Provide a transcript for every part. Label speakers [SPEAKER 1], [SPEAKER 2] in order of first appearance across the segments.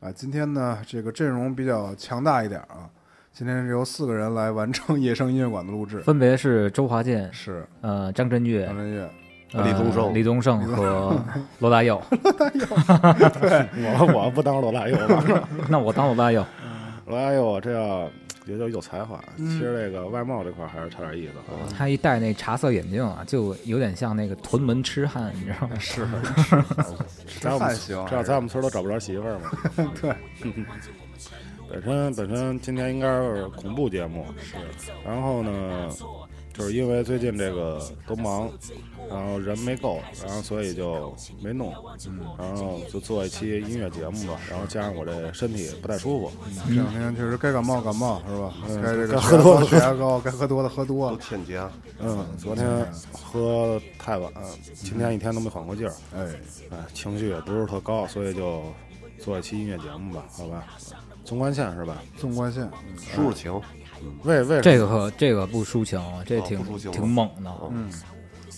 [SPEAKER 1] 啊，今天呢这个阵容比较强大一点啊，今天是由四个人来完成野生音乐馆的录制，
[SPEAKER 2] 分别是周华健、
[SPEAKER 1] 是
[SPEAKER 2] 呃张震岳
[SPEAKER 1] 张、震岳，
[SPEAKER 2] 呃
[SPEAKER 3] 李宗盛
[SPEAKER 2] 李宗盛和罗 大佑。
[SPEAKER 3] 我我不当罗大佑吧，
[SPEAKER 2] 那我当罗大佑，
[SPEAKER 3] 罗大佑嗯哎这要也就有才华，
[SPEAKER 1] 嗯
[SPEAKER 3] 其实这个外貌这块还是差点意思啊。
[SPEAKER 2] 他一戴那茶色眼镜啊，就有点像那个屯门痴汉，你知 道吗？ 是，
[SPEAKER 3] 在我们
[SPEAKER 1] 还行
[SPEAKER 3] 这样在我们村都找不着媳妇儿嘛。
[SPEAKER 1] 对，
[SPEAKER 3] 本身本身今天应该是恐怖节目，是。然后呢，就是因为最近这个都忙，然后人没够，然后所以就没弄，
[SPEAKER 1] 嗯
[SPEAKER 3] 然后就做一期音乐节目吧。然后加上我这身体不太舒服，
[SPEAKER 1] 啊这两天确实该感冒感冒是吧？嗯该这
[SPEAKER 3] 嗯
[SPEAKER 1] 个
[SPEAKER 3] 该喝多了
[SPEAKER 1] 血压高，该喝多了喝多
[SPEAKER 4] 都
[SPEAKER 1] 了，
[SPEAKER 4] 欠佳，
[SPEAKER 3] 嗯，昨天喝太晚，嗯今天一天都没缓过劲儿，
[SPEAKER 1] 哎，
[SPEAKER 3] 哎，情绪也不是特高，所以就做一期音乐节目吧，好吧？纵观线是吧？
[SPEAKER 1] 纵贯线，嗯
[SPEAKER 4] 抒抒情。嗯
[SPEAKER 3] 为为
[SPEAKER 2] 这个可这个不抒情，这挺
[SPEAKER 4] 哦不抒情吗
[SPEAKER 2] 挺猛的
[SPEAKER 4] 哦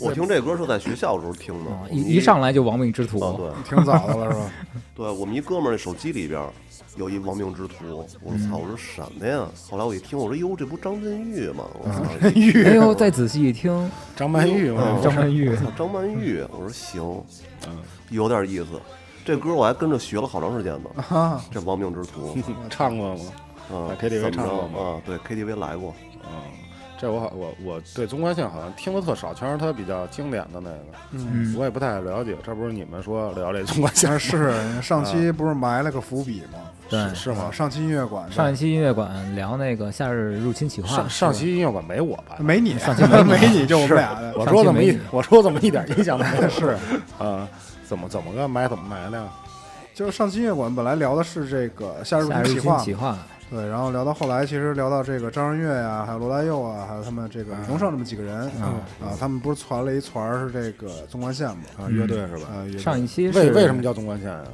[SPEAKER 4] 我听这歌是在学校的时候听
[SPEAKER 3] 哦
[SPEAKER 2] 啊！
[SPEAKER 4] 的，
[SPEAKER 2] 嗯一一上来就亡命之徒，
[SPEAKER 4] 啊，对
[SPEAKER 1] 挺早的了 是吧？
[SPEAKER 4] 对，我们一哥们儿那手机里边儿有一亡命之徒，我
[SPEAKER 2] 嗯
[SPEAKER 4] 说操，我说什么呀？后来我一听，我说哟，这不张震岳吗？我 操，
[SPEAKER 1] 玉
[SPEAKER 2] 哎呦，再仔细一听，
[SPEAKER 3] 嗯
[SPEAKER 2] 嗯
[SPEAKER 3] 张曼玉嘛，
[SPEAKER 2] 张曼玉
[SPEAKER 4] 嗯我操，张曼玉，我说行，
[SPEAKER 3] 嗯
[SPEAKER 4] 有点意思。这歌我还跟着学了好长时间呢，
[SPEAKER 1] 啊，
[SPEAKER 4] 这亡命之 徒，
[SPEAKER 3] 唱过吗？
[SPEAKER 4] 啊
[SPEAKER 3] 在 KTV
[SPEAKER 4] 怎么
[SPEAKER 3] 唱
[SPEAKER 4] 着
[SPEAKER 3] 过吗
[SPEAKER 4] 啊？对，KTV 来过，
[SPEAKER 3] 嗯，这我好我我对纵观线好像听的特少，全是他比较经典的那个，嗯，我也不太了解。这不是你们说聊这纵观线啊
[SPEAKER 1] 但啊是上期不是埋了个伏笔吗？
[SPEAKER 2] 对。
[SPEAKER 3] 是吗
[SPEAKER 1] 啊？上期音乐馆
[SPEAKER 2] 嗯上一期音乐馆聊那个夏日入侵企划，
[SPEAKER 3] 上上期音乐馆没我吧？
[SPEAKER 1] 没你， 没你就我们俩的，
[SPEAKER 3] 我说怎么一
[SPEAKER 2] 上期没
[SPEAKER 3] 我说怎么一点印象都没有？
[SPEAKER 1] 是
[SPEAKER 3] 啊，怎么怎么个埋怎么埋的呀？
[SPEAKER 1] 就是上期音乐馆本来聊的是这个夏日入
[SPEAKER 2] 夏日
[SPEAKER 1] 侵
[SPEAKER 2] 入
[SPEAKER 1] 企
[SPEAKER 2] 侵
[SPEAKER 1] 划，
[SPEAKER 2] 企划，
[SPEAKER 1] 对，然后聊到后来，其实聊到这个张震岳呀，还有罗大佑啊，还有他们这个李宗盛这么几个人
[SPEAKER 3] 嗯
[SPEAKER 1] 啊，他们不是传了一传儿是这个纵贯线嘛？
[SPEAKER 3] 啊，乐队是吧？
[SPEAKER 1] 啊，也
[SPEAKER 2] 上一期
[SPEAKER 3] 为
[SPEAKER 2] 是
[SPEAKER 3] 为什么叫纵观线啊？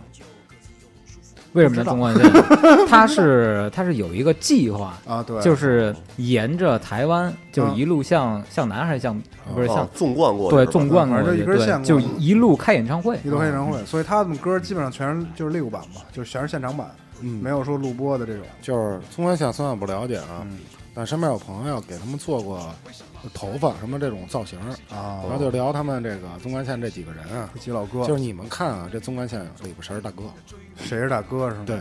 [SPEAKER 2] 为什么叫纵贯线？ 它是它是有一个计划，
[SPEAKER 1] 啊，对，嗯
[SPEAKER 2] 就是沿着台湾，就一路向向南还是向不是
[SPEAKER 4] 啊
[SPEAKER 2] 向，
[SPEAKER 4] 纵贯过去
[SPEAKER 2] 对
[SPEAKER 4] 是吧
[SPEAKER 2] 纵贯过
[SPEAKER 1] 反正就
[SPEAKER 2] 去，
[SPEAKER 1] 一根线
[SPEAKER 2] 对，
[SPEAKER 1] 过
[SPEAKER 2] 就
[SPEAKER 1] 去
[SPEAKER 2] 一路开演唱会，嗯
[SPEAKER 1] 一都黑人会，所以他们歌基本上全是就是 live 版嘛，就是全是现场版，
[SPEAKER 3] 嗯
[SPEAKER 1] 没有说录播的这种。嗯
[SPEAKER 3] 就是纵观线虽然我不了解啊，但身边有朋友给他们做过头发什么这种造型
[SPEAKER 1] 啊
[SPEAKER 3] 然后就聊他们这个纵观线这几个人啊，
[SPEAKER 1] 几老哥，
[SPEAKER 3] 就是你们看啊，这纵观线里边谁是大哥？
[SPEAKER 1] 谁是大哥是吗？
[SPEAKER 3] 对，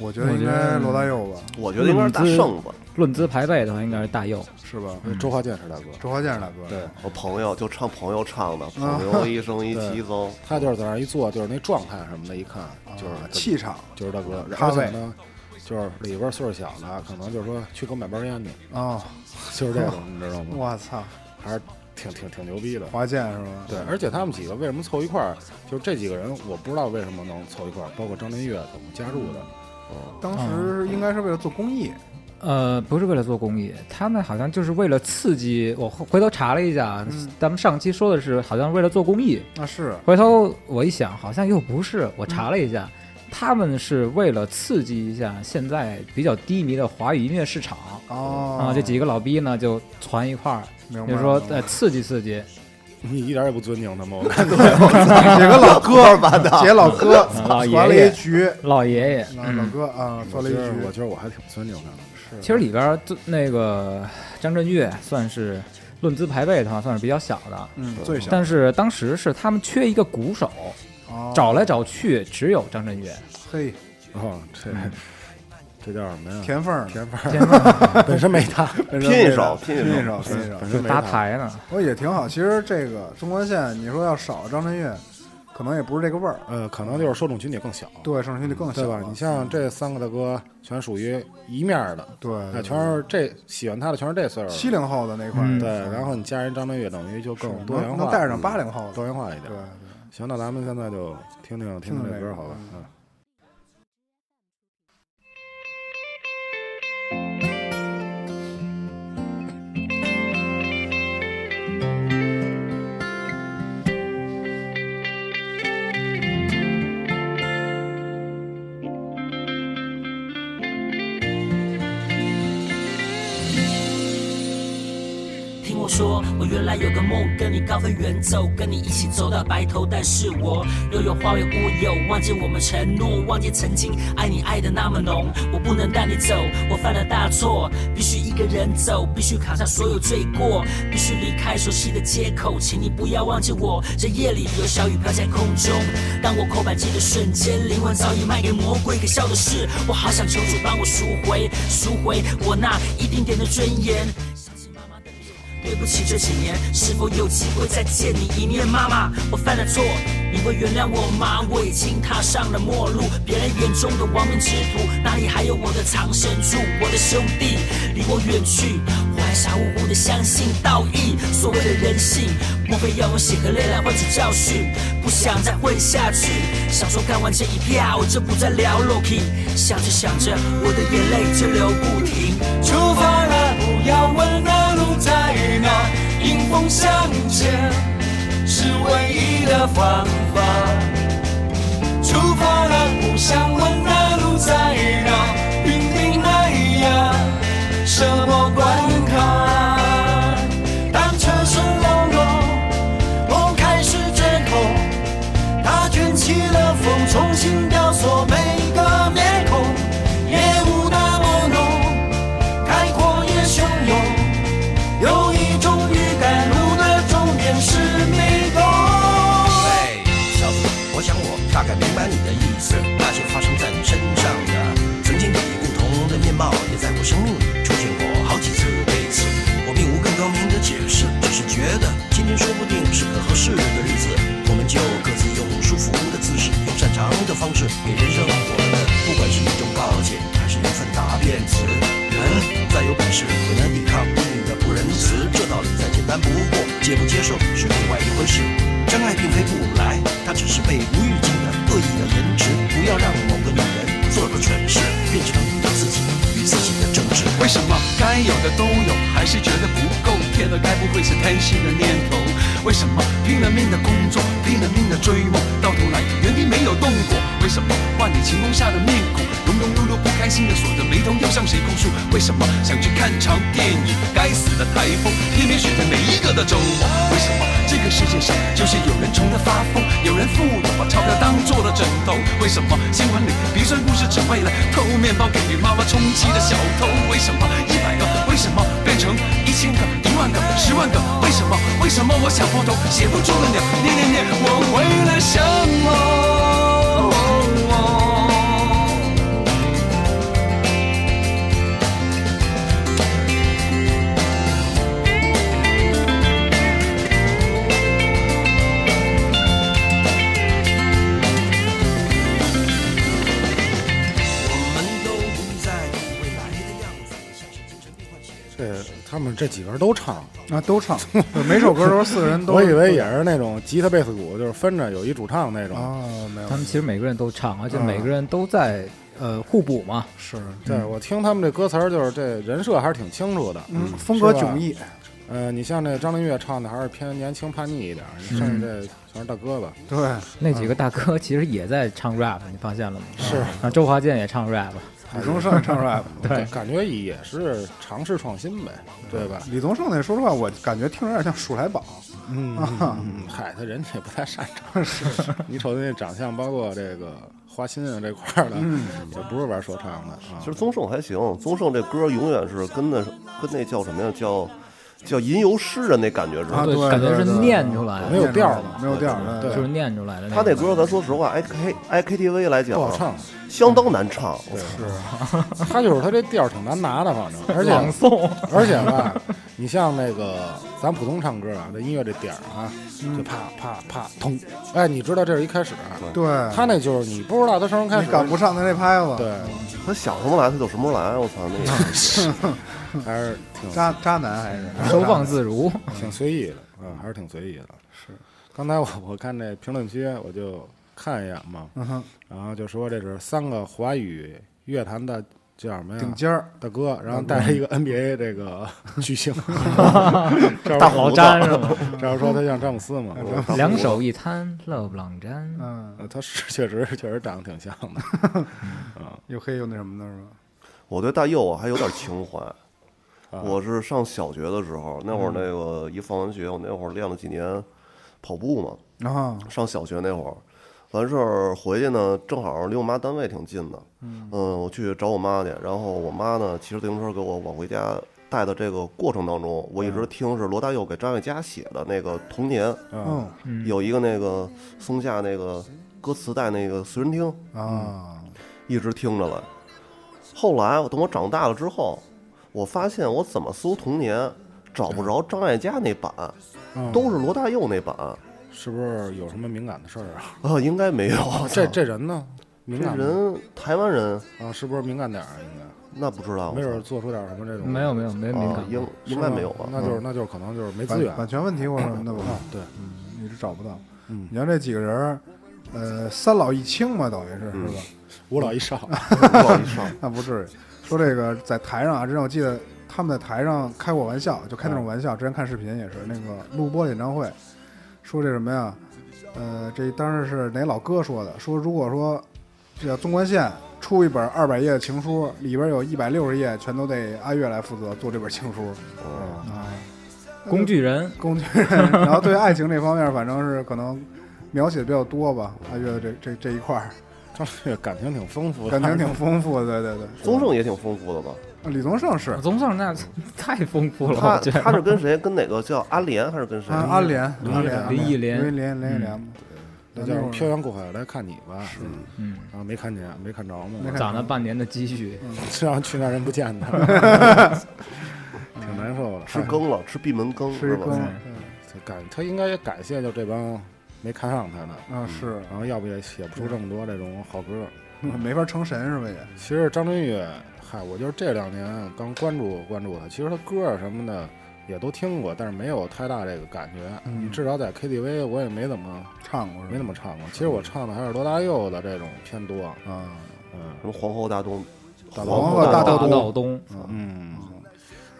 [SPEAKER 1] 我觉得应嗯该罗大佑吧，
[SPEAKER 4] 我觉得应该是大圣吧，
[SPEAKER 2] 论资排辈的话，应该是大佑。
[SPEAKER 1] 是吧？
[SPEAKER 3] 周华健是大哥，
[SPEAKER 1] 周华健是大哥，
[SPEAKER 3] 对，
[SPEAKER 4] 我朋友就唱朋友唱
[SPEAKER 2] 啊
[SPEAKER 4] 的，朋友一生一起走，
[SPEAKER 3] 他就是在那儿一坐，就是那状态什么的，一看就是
[SPEAKER 1] 啊气场
[SPEAKER 3] 就是大哥。
[SPEAKER 1] 咖
[SPEAKER 3] 而
[SPEAKER 1] 位
[SPEAKER 3] 且呢，就是里边岁数小的，可能就是说去给我买包烟去，
[SPEAKER 1] 啊，
[SPEAKER 3] 就是这 种，你知道吗？
[SPEAKER 1] 我操，
[SPEAKER 3] 还是挺挺挺牛逼的。
[SPEAKER 1] 华健是吧？
[SPEAKER 3] 对，而且他们几个为什么凑一块儿？就是这几个人，我不知道为什么能凑一块儿，包括张震岳怎么加入的。
[SPEAKER 1] 当时应该是为了做公益，
[SPEAKER 2] 呃，不是为了做公益，他们好像就是为了刺激。我回回头查了一下，
[SPEAKER 1] 嗯
[SPEAKER 2] 咱们上期说的是好像为了做公益，
[SPEAKER 1] 那啊是
[SPEAKER 2] 回头我一想，好像又不是。我查了一下，他们是为了刺激一下现在比较低迷的华语音乐市场
[SPEAKER 1] 哦
[SPEAKER 2] 啊，这几个老逼呢就攒一块儿，
[SPEAKER 1] 明白
[SPEAKER 2] 就说
[SPEAKER 1] 明白
[SPEAKER 2] 呃刺激刺激，
[SPEAKER 3] 你一 点也不尊敬他们，我感觉
[SPEAKER 1] 几个老哥
[SPEAKER 4] 哥 吧的，
[SPEAKER 1] 姐老哥
[SPEAKER 3] 啊
[SPEAKER 2] 老爷爷
[SPEAKER 1] 传了一局，
[SPEAKER 2] 老爷嗯爷。
[SPEAKER 1] 老老哥啊，
[SPEAKER 3] 我
[SPEAKER 1] 传了
[SPEAKER 3] 觉
[SPEAKER 1] 一
[SPEAKER 3] 嗯得我
[SPEAKER 1] 局，
[SPEAKER 3] 觉得我还挺尊敬他们。
[SPEAKER 2] 其实里边儿就那个张震岳算是论资排辈的话，算是比较小的。
[SPEAKER 1] 嗯，最小
[SPEAKER 2] 但是当时是他们缺一个鼓手，
[SPEAKER 1] 哦
[SPEAKER 2] 找来找去只有张震岳。嗯
[SPEAKER 1] 嘿
[SPEAKER 3] 哦，这 这叫什么呀？
[SPEAKER 1] 田凤嗯儿
[SPEAKER 3] 田味 儿，本身没 他，
[SPEAKER 4] 拼一手拼一手
[SPEAKER 1] 拼一手，拼一手
[SPEAKER 3] 本，身没
[SPEAKER 2] 搭
[SPEAKER 3] 他。
[SPEAKER 2] 台呢，
[SPEAKER 1] 我哦也挺好。其实这个纵贯线，你说要少张震岳，可能也不是这个味儿。
[SPEAKER 3] 呃，可能就是受众群体更小，
[SPEAKER 1] 对，上升就更
[SPEAKER 3] 对
[SPEAKER 1] 小
[SPEAKER 3] 吧
[SPEAKER 1] 了？嗯
[SPEAKER 3] 你像这三个大哥，全属于一面儿的，
[SPEAKER 1] 对
[SPEAKER 3] 那全是这喜欢他的，全是这岁数
[SPEAKER 1] 七
[SPEAKER 3] 的。
[SPEAKER 1] 零后的那块
[SPEAKER 2] 嗯
[SPEAKER 1] 儿，
[SPEAKER 3] 对，然后你加人张震岳，等于就更多元
[SPEAKER 1] 能
[SPEAKER 3] 化，
[SPEAKER 1] 能带上八零后
[SPEAKER 3] 嗯
[SPEAKER 1] 的，
[SPEAKER 3] 多元化一
[SPEAKER 1] 对
[SPEAKER 3] 点。，行，那咱们现在就听听听听这歌，好吧？嗯。
[SPEAKER 5] 听我说。
[SPEAKER 6] 说，我原来有个梦，跟你高飞远走，跟你一起走到白头，但是我又有花有乌有，忘记我们承诺，忘记曾经爱你爱的那么浓，我不能带你走，我犯了大错，必须一个人走，必须扛下所有罪过，必须离开熟悉的街口，请你不要忘记我，这夜里有小雨飘在空中，当我扣扳机的瞬间，灵魂早已卖给魔鬼，可笑的是，我好想求主帮我赎回，赎回我那一丁点的尊严。想起妈妈的脸，对不起，这几年是否有机会再见你一面？妈妈，我犯了错，你会原谅我吗？我已经踏上了末路，别人眼中的亡命之徒，哪里还有我的藏身处？我的兄弟离我远去，我还傻乎乎的相信道义，所谓的人性，莫非要用血和泪来换取教训？不想再混下去，想说干完这一票就不再聊 Loki，想着想着，我的眼泪就流不停。
[SPEAKER 7] 出发了，不要问那路在哪，迎风向前是唯一的方法。出发了，不想问那路在哪，云顶那呀，什么关卡？当车水流动，梦开始卷空，它卷起了风，重新雕塑每个面孔，也无那么浓。开阔也汹涌，有一种预感，路的终点是迷宫。
[SPEAKER 8] 喂，小子，我想我大概明白你的意思，那些发生在你身上的，曾经以不同的面貌也在我生命里出现过好几次类似。我并无更高明的解释，只是觉得今天说不定是个合适的日子，我们就各自用舒服的姿势，用擅长的方式给人生活的，不管是一种告诫，还是一份答辩词。人再有本事，也难抵抗命运的不仁慈。这道理再简单不过，接不接受是另外一回事。真爱并非不来，它只是被无预警的恶意的延迟。不要让某个女人做个蠢事，变成你自己与自己的争执。
[SPEAKER 7] 为什么该有的都有，还是觉得不够？天呐，该不会是贪心的念头？为什么拼了命的工作，拼了命的追梦，到头来原地没有动过？为什么万里晴空下的面孔，庸庸碌碌不开心的锁着眉头，要向谁控诉？为什么想去看场电影，该死的台风偏偏选在每一个的周末？为什么这个世界上就是有人穷得发疯，有人富有把钞票当做了枕头？为什么新闻里鼻酸故事只为了偷面包给予妈妈充气的小偷？为什么一百个为什么变成一千个、一万个、十万个为什么？为什么我想破头写不出个鸟？念念念，我为了什么？
[SPEAKER 8] 我们都不在意未来的样子，像是精神病患写着。
[SPEAKER 3] 这他们这几个人都唱，
[SPEAKER 1] 啊，都唱， 对每首歌都是四个人都。
[SPEAKER 3] 我以为也是那种吉他、贝斯、鼓，就是分着有一主唱那种。
[SPEAKER 1] 啊，没有
[SPEAKER 2] 他，们其实每个人都唱，而且
[SPEAKER 1] 嗯
[SPEAKER 2] 每个人都在呃互补嘛。
[SPEAKER 1] 是
[SPEAKER 3] 对我听他们这歌词儿，就是这人设还是挺清楚的。
[SPEAKER 1] 嗯，风格
[SPEAKER 3] 是吧
[SPEAKER 1] 迥异，
[SPEAKER 3] 呃，你像这张震岳唱的还是偏年轻叛逆一点儿，
[SPEAKER 2] 嗯
[SPEAKER 3] 你剩下这全是大哥吧？
[SPEAKER 1] 对，
[SPEAKER 2] 那几个大哥其实也在唱 rap，你发现了吗？
[SPEAKER 3] 是
[SPEAKER 2] 啊，周华健也唱 rap，
[SPEAKER 1] 李宗盛唱 rap，
[SPEAKER 2] 对
[SPEAKER 3] 感觉也是尝试创新呗，对吧？
[SPEAKER 1] 李宗盛那说实话，我感觉听着有点像鼠来宝，
[SPEAKER 3] 嗯， 嗯嗨，他人家也不太擅长。你瞅他那长相，包括这个花心啊这块儿的，
[SPEAKER 1] 嗯
[SPEAKER 3] 也不是玩说唱的啊
[SPEAKER 4] 其。实宗盛还行，宗盛这歌永远是跟那跟那叫什么呀？叫叫吟游诗人那感觉似
[SPEAKER 1] 啊
[SPEAKER 4] 的。
[SPEAKER 1] 对
[SPEAKER 2] 感觉是
[SPEAKER 1] 对对
[SPEAKER 2] 念出来的，
[SPEAKER 3] 没有调儿
[SPEAKER 1] 嘛
[SPEAKER 3] 嘛，
[SPEAKER 1] 没有调儿，
[SPEAKER 2] 就是念出来的。
[SPEAKER 4] 他那歌，咱说实话，i k i k t v 来讲啊
[SPEAKER 3] 不好唱，
[SPEAKER 4] 相当难唱。我操
[SPEAKER 3] 他就是他这调儿挺难拿的，反正而且
[SPEAKER 2] 朗诵，
[SPEAKER 3] 而且吧，你像那个咱普通唱歌啊，这音乐这点儿啊，
[SPEAKER 1] 嗯
[SPEAKER 3] 就啪啪啪通，哎，你知道这是一开始，啊
[SPEAKER 1] 对，
[SPEAKER 3] 他那就是你不知道他什么时候开
[SPEAKER 1] 你
[SPEAKER 3] 始，
[SPEAKER 1] 赶不上他那拍子，
[SPEAKER 3] 对，
[SPEAKER 4] 他想什么来，他就什么来。我操，那个
[SPEAKER 3] 还是 挺
[SPEAKER 1] 渣渣男还是
[SPEAKER 2] 哎收放自如。
[SPEAKER 3] 哎 挺随意的，嗯，还是挺随意的。是，刚才我我看这评论区，我就看一眼嘛，
[SPEAKER 1] 嗯哼
[SPEAKER 3] 然后就说这是三个华语乐坛的叫什么呀？
[SPEAKER 1] 顶尖儿，
[SPEAKER 3] 大哥，然后
[SPEAKER 2] 嗯
[SPEAKER 3] 带着一个 NBA 这 个巨星，
[SPEAKER 2] 大
[SPEAKER 3] 大
[SPEAKER 2] 老詹是吗？嗯
[SPEAKER 3] 这样说他像詹姆斯嘛？我
[SPEAKER 2] 两手一摊，勒布朗詹。
[SPEAKER 1] 嗯，
[SPEAKER 3] 呃他是确实确实长得挺像的， 嗯
[SPEAKER 1] 又黑又那什么的是吧？
[SPEAKER 4] 我对大佑啊还有点情怀。我是上小学的时候，那会儿那个一放完学，我那会儿练了几年跑步嘛。
[SPEAKER 1] 然后
[SPEAKER 4] 上小学那会儿，完事儿回去呢，正好离我妈单位挺近的。嗯，我去找我妈去，然后我妈呢骑着自行车给我往回家带的这个过程当中，我一直听是罗大佑给张艾嘉写的那个《童年》。
[SPEAKER 1] 嗯
[SPEAKER 4] 有一个那个松下那个歌词带那个随身听，
[SPEAKER 3] 嗯
[SPEAKER 1] 啊，
[SPEAKER 4] 一直听着了。后来我等我长大了之后，我发现我怎么搜童年找不着张艾嘉那版，
[SPEAKER 1] 嗯
[SPEAKER 4] 都是罗大佑那版
[SPEAKER 3] 是不是有什么敏感的事儿啊？
[SPEAKER 4] 啊，应该没有。
[SPEAKER 3] 这这人呢？
[SPEAKER 4] 这
[SPEAKER 3] 敏感吗
[SPEAKER 4] 人台湾人，
[SPEAKER 3] 啊，是不是敏感点儿啊？应
[SPEAKER 4] 那不知道，
[SPEAKER 3] 该没准儿做出点儿什么这种
[SPEAKER 2] 没有没有没
[SPEAKER 4] 啊
[SPEAKER 2] 有敏感过，
[SPEAKER 4] 应应该没有吧？嗯
[SPEAKER 3] 那就是那就是可能就是没
[SPEAKER 1] 版
[SPEAKER 3] 资源啊
[SPEAKER 1] 版权问题或者什么的吧，
[SPEAKER 3] 对，
[SPEAKER 2] 嗯
[SPEAKER 1] 一直找不到。
[SPEAKER 3] 嗯
[SPEAKER 1] 你像这几个人儿，呃，三老一清嘛，等于是是吧？
[SPEAKER 3] 五老一少，
[SPEAKER 4] 不好意思啊，
[SPEAKER 1] 那不至于。说这个在台上啊，之前我记得他们在台上开过玩笑，就开
[SPEAKER 3] 啊
[SPEAKER 1] 那种玩笑。之前看视频也是那个录播演唱会，说这什么呀？呃，这当时是哪老哥说的？说如果说这叫纵贯线出一本二百页的情书，里边有一百六十页全都得阿月来负责做这本情书
[SPEAKER 4] 哦
[SPEAKER 1] 啊，
[SPEAKER 2] 工具人
[SPEAKER 1] 工具人。然后对爱情这方面，反正是可能描写的比较多吧。阿月的这这这一块儿
[SPEAKER 3] 他这个感情挺丰富的，
[SPEAKER 1] 感情挺丰富的，对对
[SPEAKER 4] 宗盛也挺丰富的吧？
[SPEAKER 1] 对。李宗盛是
[SPEAKER 2] 总算哦那 太丰富了，
[SPEAKER 4] 他
[SPEAKER 2] 我觉得
[SPEAKER 4] 他是跟谁？跟哪个叫阿莲还是跟谁？
[SPEAKER 1] 啊，阿莲，
[SPEAKER 3] 嗯
[SPEAKER 1] 阿莲，
[SPEAKER 2] 林忆莲
[SPEAKER 1] 林忆莲，林忆莲嘛，
[SPEAKER 3] 那
[SPEAKER 1] 对
[SPEAKER 3] 叫什
[SPEAKER 1] 那会
[SPEAKER 3] 么
[SPEAKER 1] 儿
[SPEAKER 3] 漂洋过海来看你吧，是，
[SPEAKER 2] 嗯，
[SPEAKER 3] 然后没看见，没看着
[SPEAKER 1] 没
[SPEAKER 3] 嘛
[SPEAKER 1] 看，嗯
[SPEAKER 2] 攒 了半年的积蓄，啊
[SPEAKER 3] 然后去那儿人不见 他，挺难受的。哎
[SPEAKER 4] 吃羹了， 吃闭门羹
[SPEAKER 1] 吃
[SPEAKER 4] 是
[SPEAKER 1] 一
[SPEAKER 4] 吧？嗯
[SPEAKER 1] 羹
[SPEAKER 3] 他感他应该也感谢就这帮没看上他的，嗯
[SPEAKER 1] 啊，是
[SPEAKER 3] 然后要不也写不出这么多这种好 歌。嗯
[SPEAKER 1] 没法成神是吧？也
[SPEAKER 3] 其实张震岳，嗨，我就是这两年刚关注关注他，其实他歌儿什么的也都听过，但是没有太大这个感觉。你至少在 KTV 我也没怎么
[SPEAKER 1] 嗯唱过是吧？嗯
[SPEAKER 3] 没怎么唱过。其实我唱的还是罗大佑的这种偏多，
[SPEAKER 1] 啊，
[SPEAKER 3] 嗯
[SPEAKER 4] 什么皇后大东，皇
[SPEAKER 1] 皇后
[SPEAKER 4] 后道
[SPEAKER 1] 大道
[SPEAKER 2] 大
[SPEAKER 1] 东
[SPEAKER 2] 道东，
[SPEAKER 3] 嗯，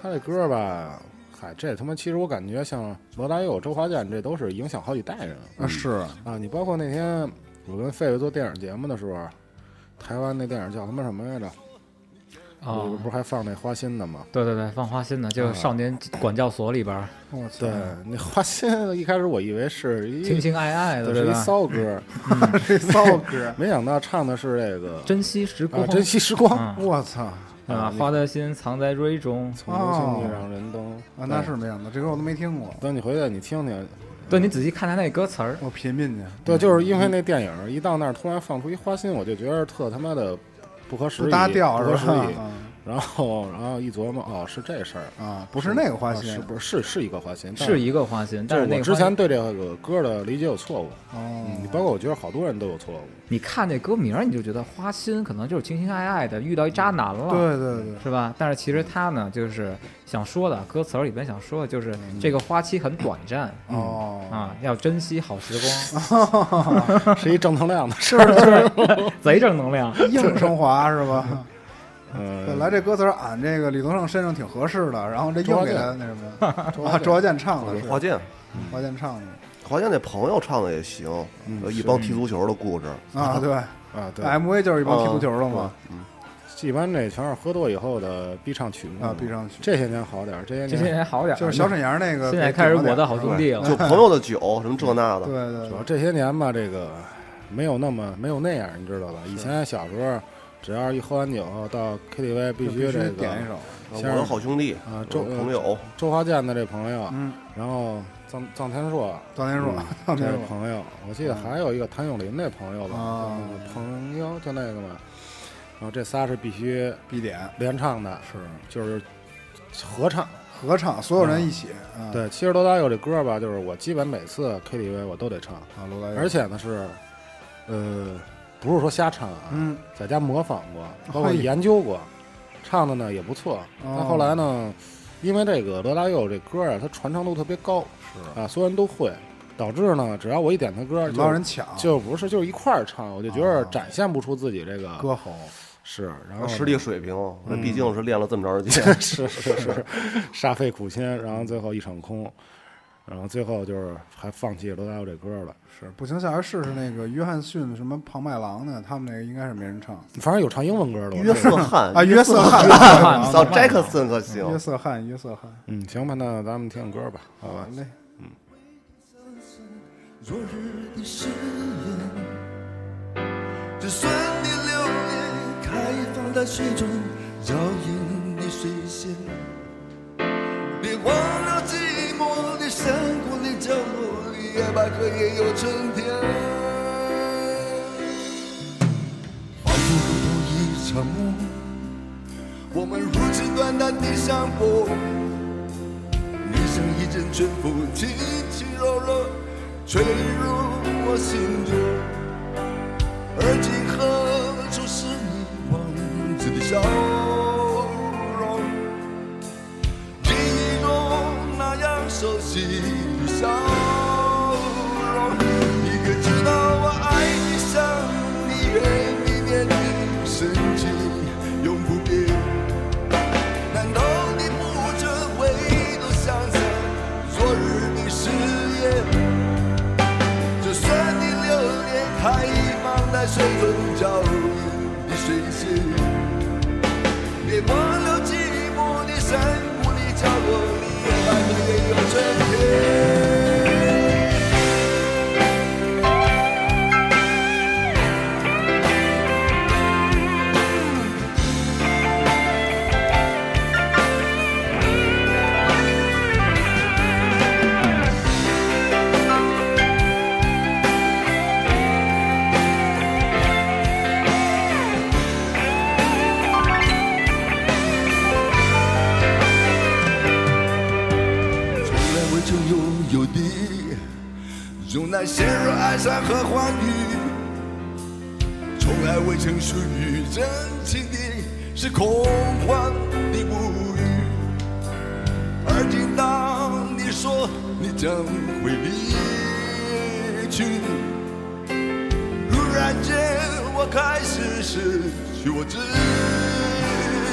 [SPEAKER 3] 他这歌儿吧，嗨，这他妈其实我感觉像罗大佑、周华健这都是影响好几代人
[SPEAKER 1] 啊是
[SPEAKER 3] 啊。你包括那天我跟狒狒做电影节目的时候，啊台湾那电影叫他妈什么来着？
[SPEAKER 2] 啊
[SPEAKER 3] 里边不是还放那花心的吗？
[SPEAKER 2] 对对对，放花心的，
[SPEAKER 3] 啊
[SPEAKER 2] 就是少年管教所里边儿
[SPEAKER 1] 我操
[SPEAKER 3] 对，，那花心一开始我以为是一
[SPEAKER 2] 情情爱爱的，
[SPEAKER 3] 是
[SPEAKER 2] 对
[SPEAKER 3] 一
[SPEAKER 2] 吧？嗯
[SPEAKER 3] 骚歌，
[SPEAKER 1] 这骚歌，
[SPEAKER 3] 没想到唱的是这个
[SPEAKER 2] 珍惜时光
[SPEAKER 3] 啊，，珍惜时光，
[SPEAKER 2] 嗯
[SPEAKER 1] 我操
[SPEAKER 2] 啊，花的心藏在蕊中。
[SPEAKER 3] 从
[SPEAKER 1] 哦
[SPEAKER 3] 流星遇上人灯
[SPEAKER 1] 啊，那
[SPEAKER 3] 对
[SPEAKER 1] 是没想到，这歌我都没听过，
[SPEAKER 3] 等你回去你听听，
[SPEAKER 2] 对你仔细看他那歌词儿，
[SPEAKER 1] 我品品去。
[SPEAKER 3] 对，就是因为那电影一到那儿突然放出一花心，我就觉得特他妈的不合时
[SPEAKER 1] 不
[SPEAKER 3] 宜，
[SPEAKER 1] 搭调
[SPEAKER 3] 不合
[SPEAKER 1] 是
[SPEAKER 3] 时
[SPEAKER 1] 吧？
[SPEAKER 3] 宜。然后然后一琢磨，哦，是这事儿，
[SPEAKER 1] 啊啊，不是那个花
[SPEAKER 3] 啊是
[SPEAKER 1] 心
[SPEAKER 3] 不是是是一个花心？但
[SPEAKER 2] 是一个花心，但
[SPEAKER 3] 就是是
[SPEAKER 2] 那
[SPEAKER 3] 我
[SPEAKER 2] 个
[SPEAKER 3] 之
[SPEAKER 2] 花心
[SPEAKER 3] 前对这个歌的理解有错误，嗯，
[SPEAKER 1] 哦，
[SPEAKER 3] 包括我觉得好多人都有错误。
[SPEAKER 2] 你看那歌名儿，你就觉得花心可能就是情情爱爱的，遇到一渣男了，
[SPEAKER 1] 对对对，
[SPEAKER 2] 是吧？但是其实他呢，就是想说的歌词儿里边想说的就是这个花期很短暂
[SPEAKER 3] 嗯
[SPEAKER 1] 哦，
[SPEAKER 2] 啊，要珍惜好时 光，
[SPEAKER 3] 是一正能量的事。
[SPEAKER 2] 贼正能量。
[SPEAKER 1] 硬升华是吧？本
[SPEAKER 3] 嗯，
[SPEAKER 1] 来这歌词儿俺这个李宗盛身上挺合适的，然后这硬给他那什么， 啊，周华健唱的是，
[SPEAKER 4] 华健，
[SPEAKER 1] 华健唱
[SPEAKER 3] 嗯
[SPEAKER 1] 的
[SPEAKER 4] 华健那朋友唱的也行，呃一帮踢足球的故事，
[SPEAKER 1] 嗯啊，对。
[SPEAKER 3] 啊，对，
[SPEAKER 1] MV 就是一帮踢足球的嘛，
[SPEAKER 4] 嗯
[SPEAKER 3] 一般这全是喝多以后的必唱曲目
[SPEAKER 1] 啊必唱曲
[SPEAKER 3] 这些年好点儿，这些
[SPEAKER 2] 这些
[SPEAKER 3] 年
[SPEAKER 2] 年好点儿，
[SPEAKER 1] 就是小沈阳那个。
[SPEAKER 2] 现在开始我的好兄弟
[SPEAKER 4] 就
[SPEAKER 2] 了，
[SPEAKER 4] 朋友的酒什么这那
[SPEAKER 1] 对
[SPEAKER 4] 的，
[SPEAKER 1] 对
[SPEAKER 3] 主
[SPEAKER 1] 对
[SPEAKER 3] 要这些年吧，这个没有那么没有那样，你知道吧？以前小时候，只要一喝完酒到 KTV 必
[SPEAKER 1] 必
[SPEAKER 3] 须
[SPEAKER 1] 须
[SPEAKER 3] 这个
[SPEAKER 1] 点一首。
[SPEAKER 4] 我
[SPEAKER 3] 先是
[SPEAKER 4] 的好兄弟
[SPEAKER 3] 啊，周
[SPEAKER 4] 我的朋友，
[SPEAKER 3] 周华健的这朋友，
[SPEAKER 1] 嗯，
[SPEAKER 3] 然后臧臧天朔
[SPEAKER 1] 当年说，当
[SPEAKER 3] 这
[SPEAKER 1] 年
[SPEAKER 3] 个
[SPEAKER 1] 说，
[SPEAKER 3] 朋友，我记得还有一个谭咏麟那朋友吧，
[SPEAKER 1] 啊
[SPEAKER 3] 叫那个朋友就那个嘛，然后这仨是必须
[SPEAKER 1] 必点
[SPEAKER 3] 连唱的，
[SPEAKER 1] 是
[SPEAKER 3] 就是合唱。
[SPEAKER 1] 合唱，所有人一起啊。
[SPEAKER 3] 嗯对，其实罗大佑这歌吧，就是我基本每次 KTV 我都得唱，
[SPEAKER 1] 啊，罗大佑，
[SPEAKER 3] 而且呢是，呃，不是说瞎唱啊，
[SPEAKER 1] 嗯，
[SPEAKER 3] 在家模仿过，包括
[SPEAKER 1] 嘿哦
[SPEAKER 3] 研究过，唱的呢也不错。但后来呢，因为这个罗大佑这歌啊，它传唱度特别高，是啊，所有人都会，导致呢，只要我一点他歌，
[SPEAKER 1] 老
[SPEAKER 3] 就
[SPEAKER 1] 有人抢哦
[SPEAKER 3] 就不是就是一块儿唱，我就觉得展现不出自己这个
[SPEAKER 1] 歌喉，
[SPEAKER 3] 是，然后呢
[SPEAKER 4] 实力水平，
[SPEAKER 1] 嗯
[SPEAKER 4] 那毕 竟是练了这么长时间，
[SPEAKER 3] 是是是，煞费苦心，然后最后一场空。然后最后就是还放弃罗大佑这歌了，
[SPEAKER 1] 是不行，下回试试那个约翰逊什么庞麦郎的，他们那个应该是没人唱
[SPEAKER 3] 反正有唱英文歌的。我
[SPEAKER 4] 约
[SPEAKER 3] 记得
[SPEAKER 4] 瑟翰
[SPEAKER 1] 啊。约瑟翰，
[SPEAKER 3] 啊
[SPEAKER 4] 到 Jackson 可行，
[SPEAKER 1] 约瑟翰，约瑟翰，
[SPEAKER 3] 嗯，行吧，那咱们听个歌吧，好吧
[SPEAKER 1] 好。嘞。
[SPEAKER 3] 嗯
[SPEAKER 9] 昨日的誓言，只算你流言，开放在水中，脚印的水仙。别忘了寂寞的山谷的角落里，野百合也有春天。仿佛如同一场梦，我们如此短暂的相逢。你像一阵春风，轻轻柔柔吹入我心中。而今何处是你王子的笑容？记忆中那样熟悉的笑容。一个知道我爱你、想你、恨你、念你，深情永不变。难道你不曾回头想想昨日的誓言？就算你留恋开放在水中脚印的水仙，别忘了寂寞的山谷的角落里，野百合也有春天。从来未曾拥有的，用来陷入哀伤和欢愉。从来未曾属于真情的，是空幻的不语。而今当你说你将会离去，突然间我开始失去我自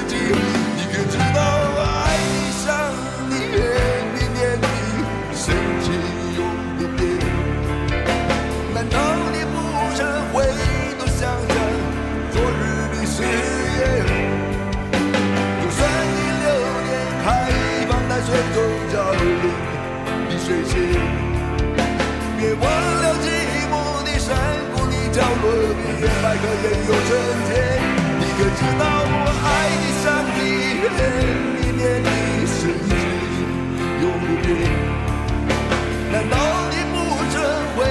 [SPEAKER 9] 己。你可知道我爱你、想你、恨你、念你，深情永不变。难道你不曾回头想想昨日的誓言？就算你留恋还放在水中角落的水仙。别忘了寂寞的山谷里角落里，野百合也有春天。你可知道我爱你、想你、恨你、念你，深情永不变。难道你不曾回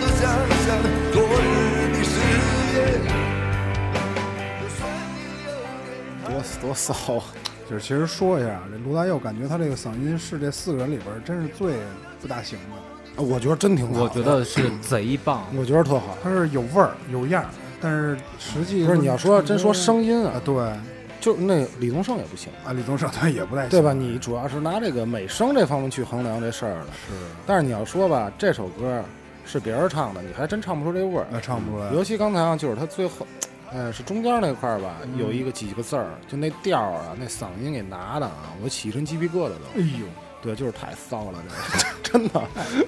[SPEAKER 9] 头想想昨日的誓言？就算你留恋。
[SPEAKER 3] 多多骚啊！
[SPEAKER 1] 哎 就是其实说一下，啊这卢大佑感觉他这个嗓音是这四个人里边儿真是最不大行
[SPEAKER 3] 啊
[SPEAKER 1] 的，
[SPEAKER 3] 我觉得真挺好的，
[SPEAKER 2] 我觉得是贼棒。
[SPEAKER 3] 我觉得特好。
[SPEAKER 1] 他是有味儿有样儿，但是实际
[SPEAKER 3] 不是你要说真说声音
[SPEAKER 1] 啊
[SPEAKER 3] 啊，，
[SPEAKER 1] 对
[SPEAKER 3] 就是那李宗盛也不行，
[SPEAKER 1] 啊，李宗盛他也不太行啊
[SPEAKER 3] 对吧？你主要是拿这个美声这方面去衡量这事儿的。
[SPEAKER 1] 是
[SPEAKER 3] 但是你要说吧，这首歌是别人唱的，你还真唱不出这味儿。
[SPEAKER 1] 那唱不出来，
[SPEAKER 3] 尤其刚才啊，就是他最后， 呃，是中间那块儿吧，
[SPEAKER 2] 嗯
[SPEAKER 3] 有一个几个字儿，就那调儿啊，那嗓音给拿的啊，我起一身鸡皮疙瘩
[SPEAKER 1] 哎
[SPEAKER 3] 都。
[SPEAKER 1] 呦，
[SPEAKER 3] 对，就是太骚了，这 真 的。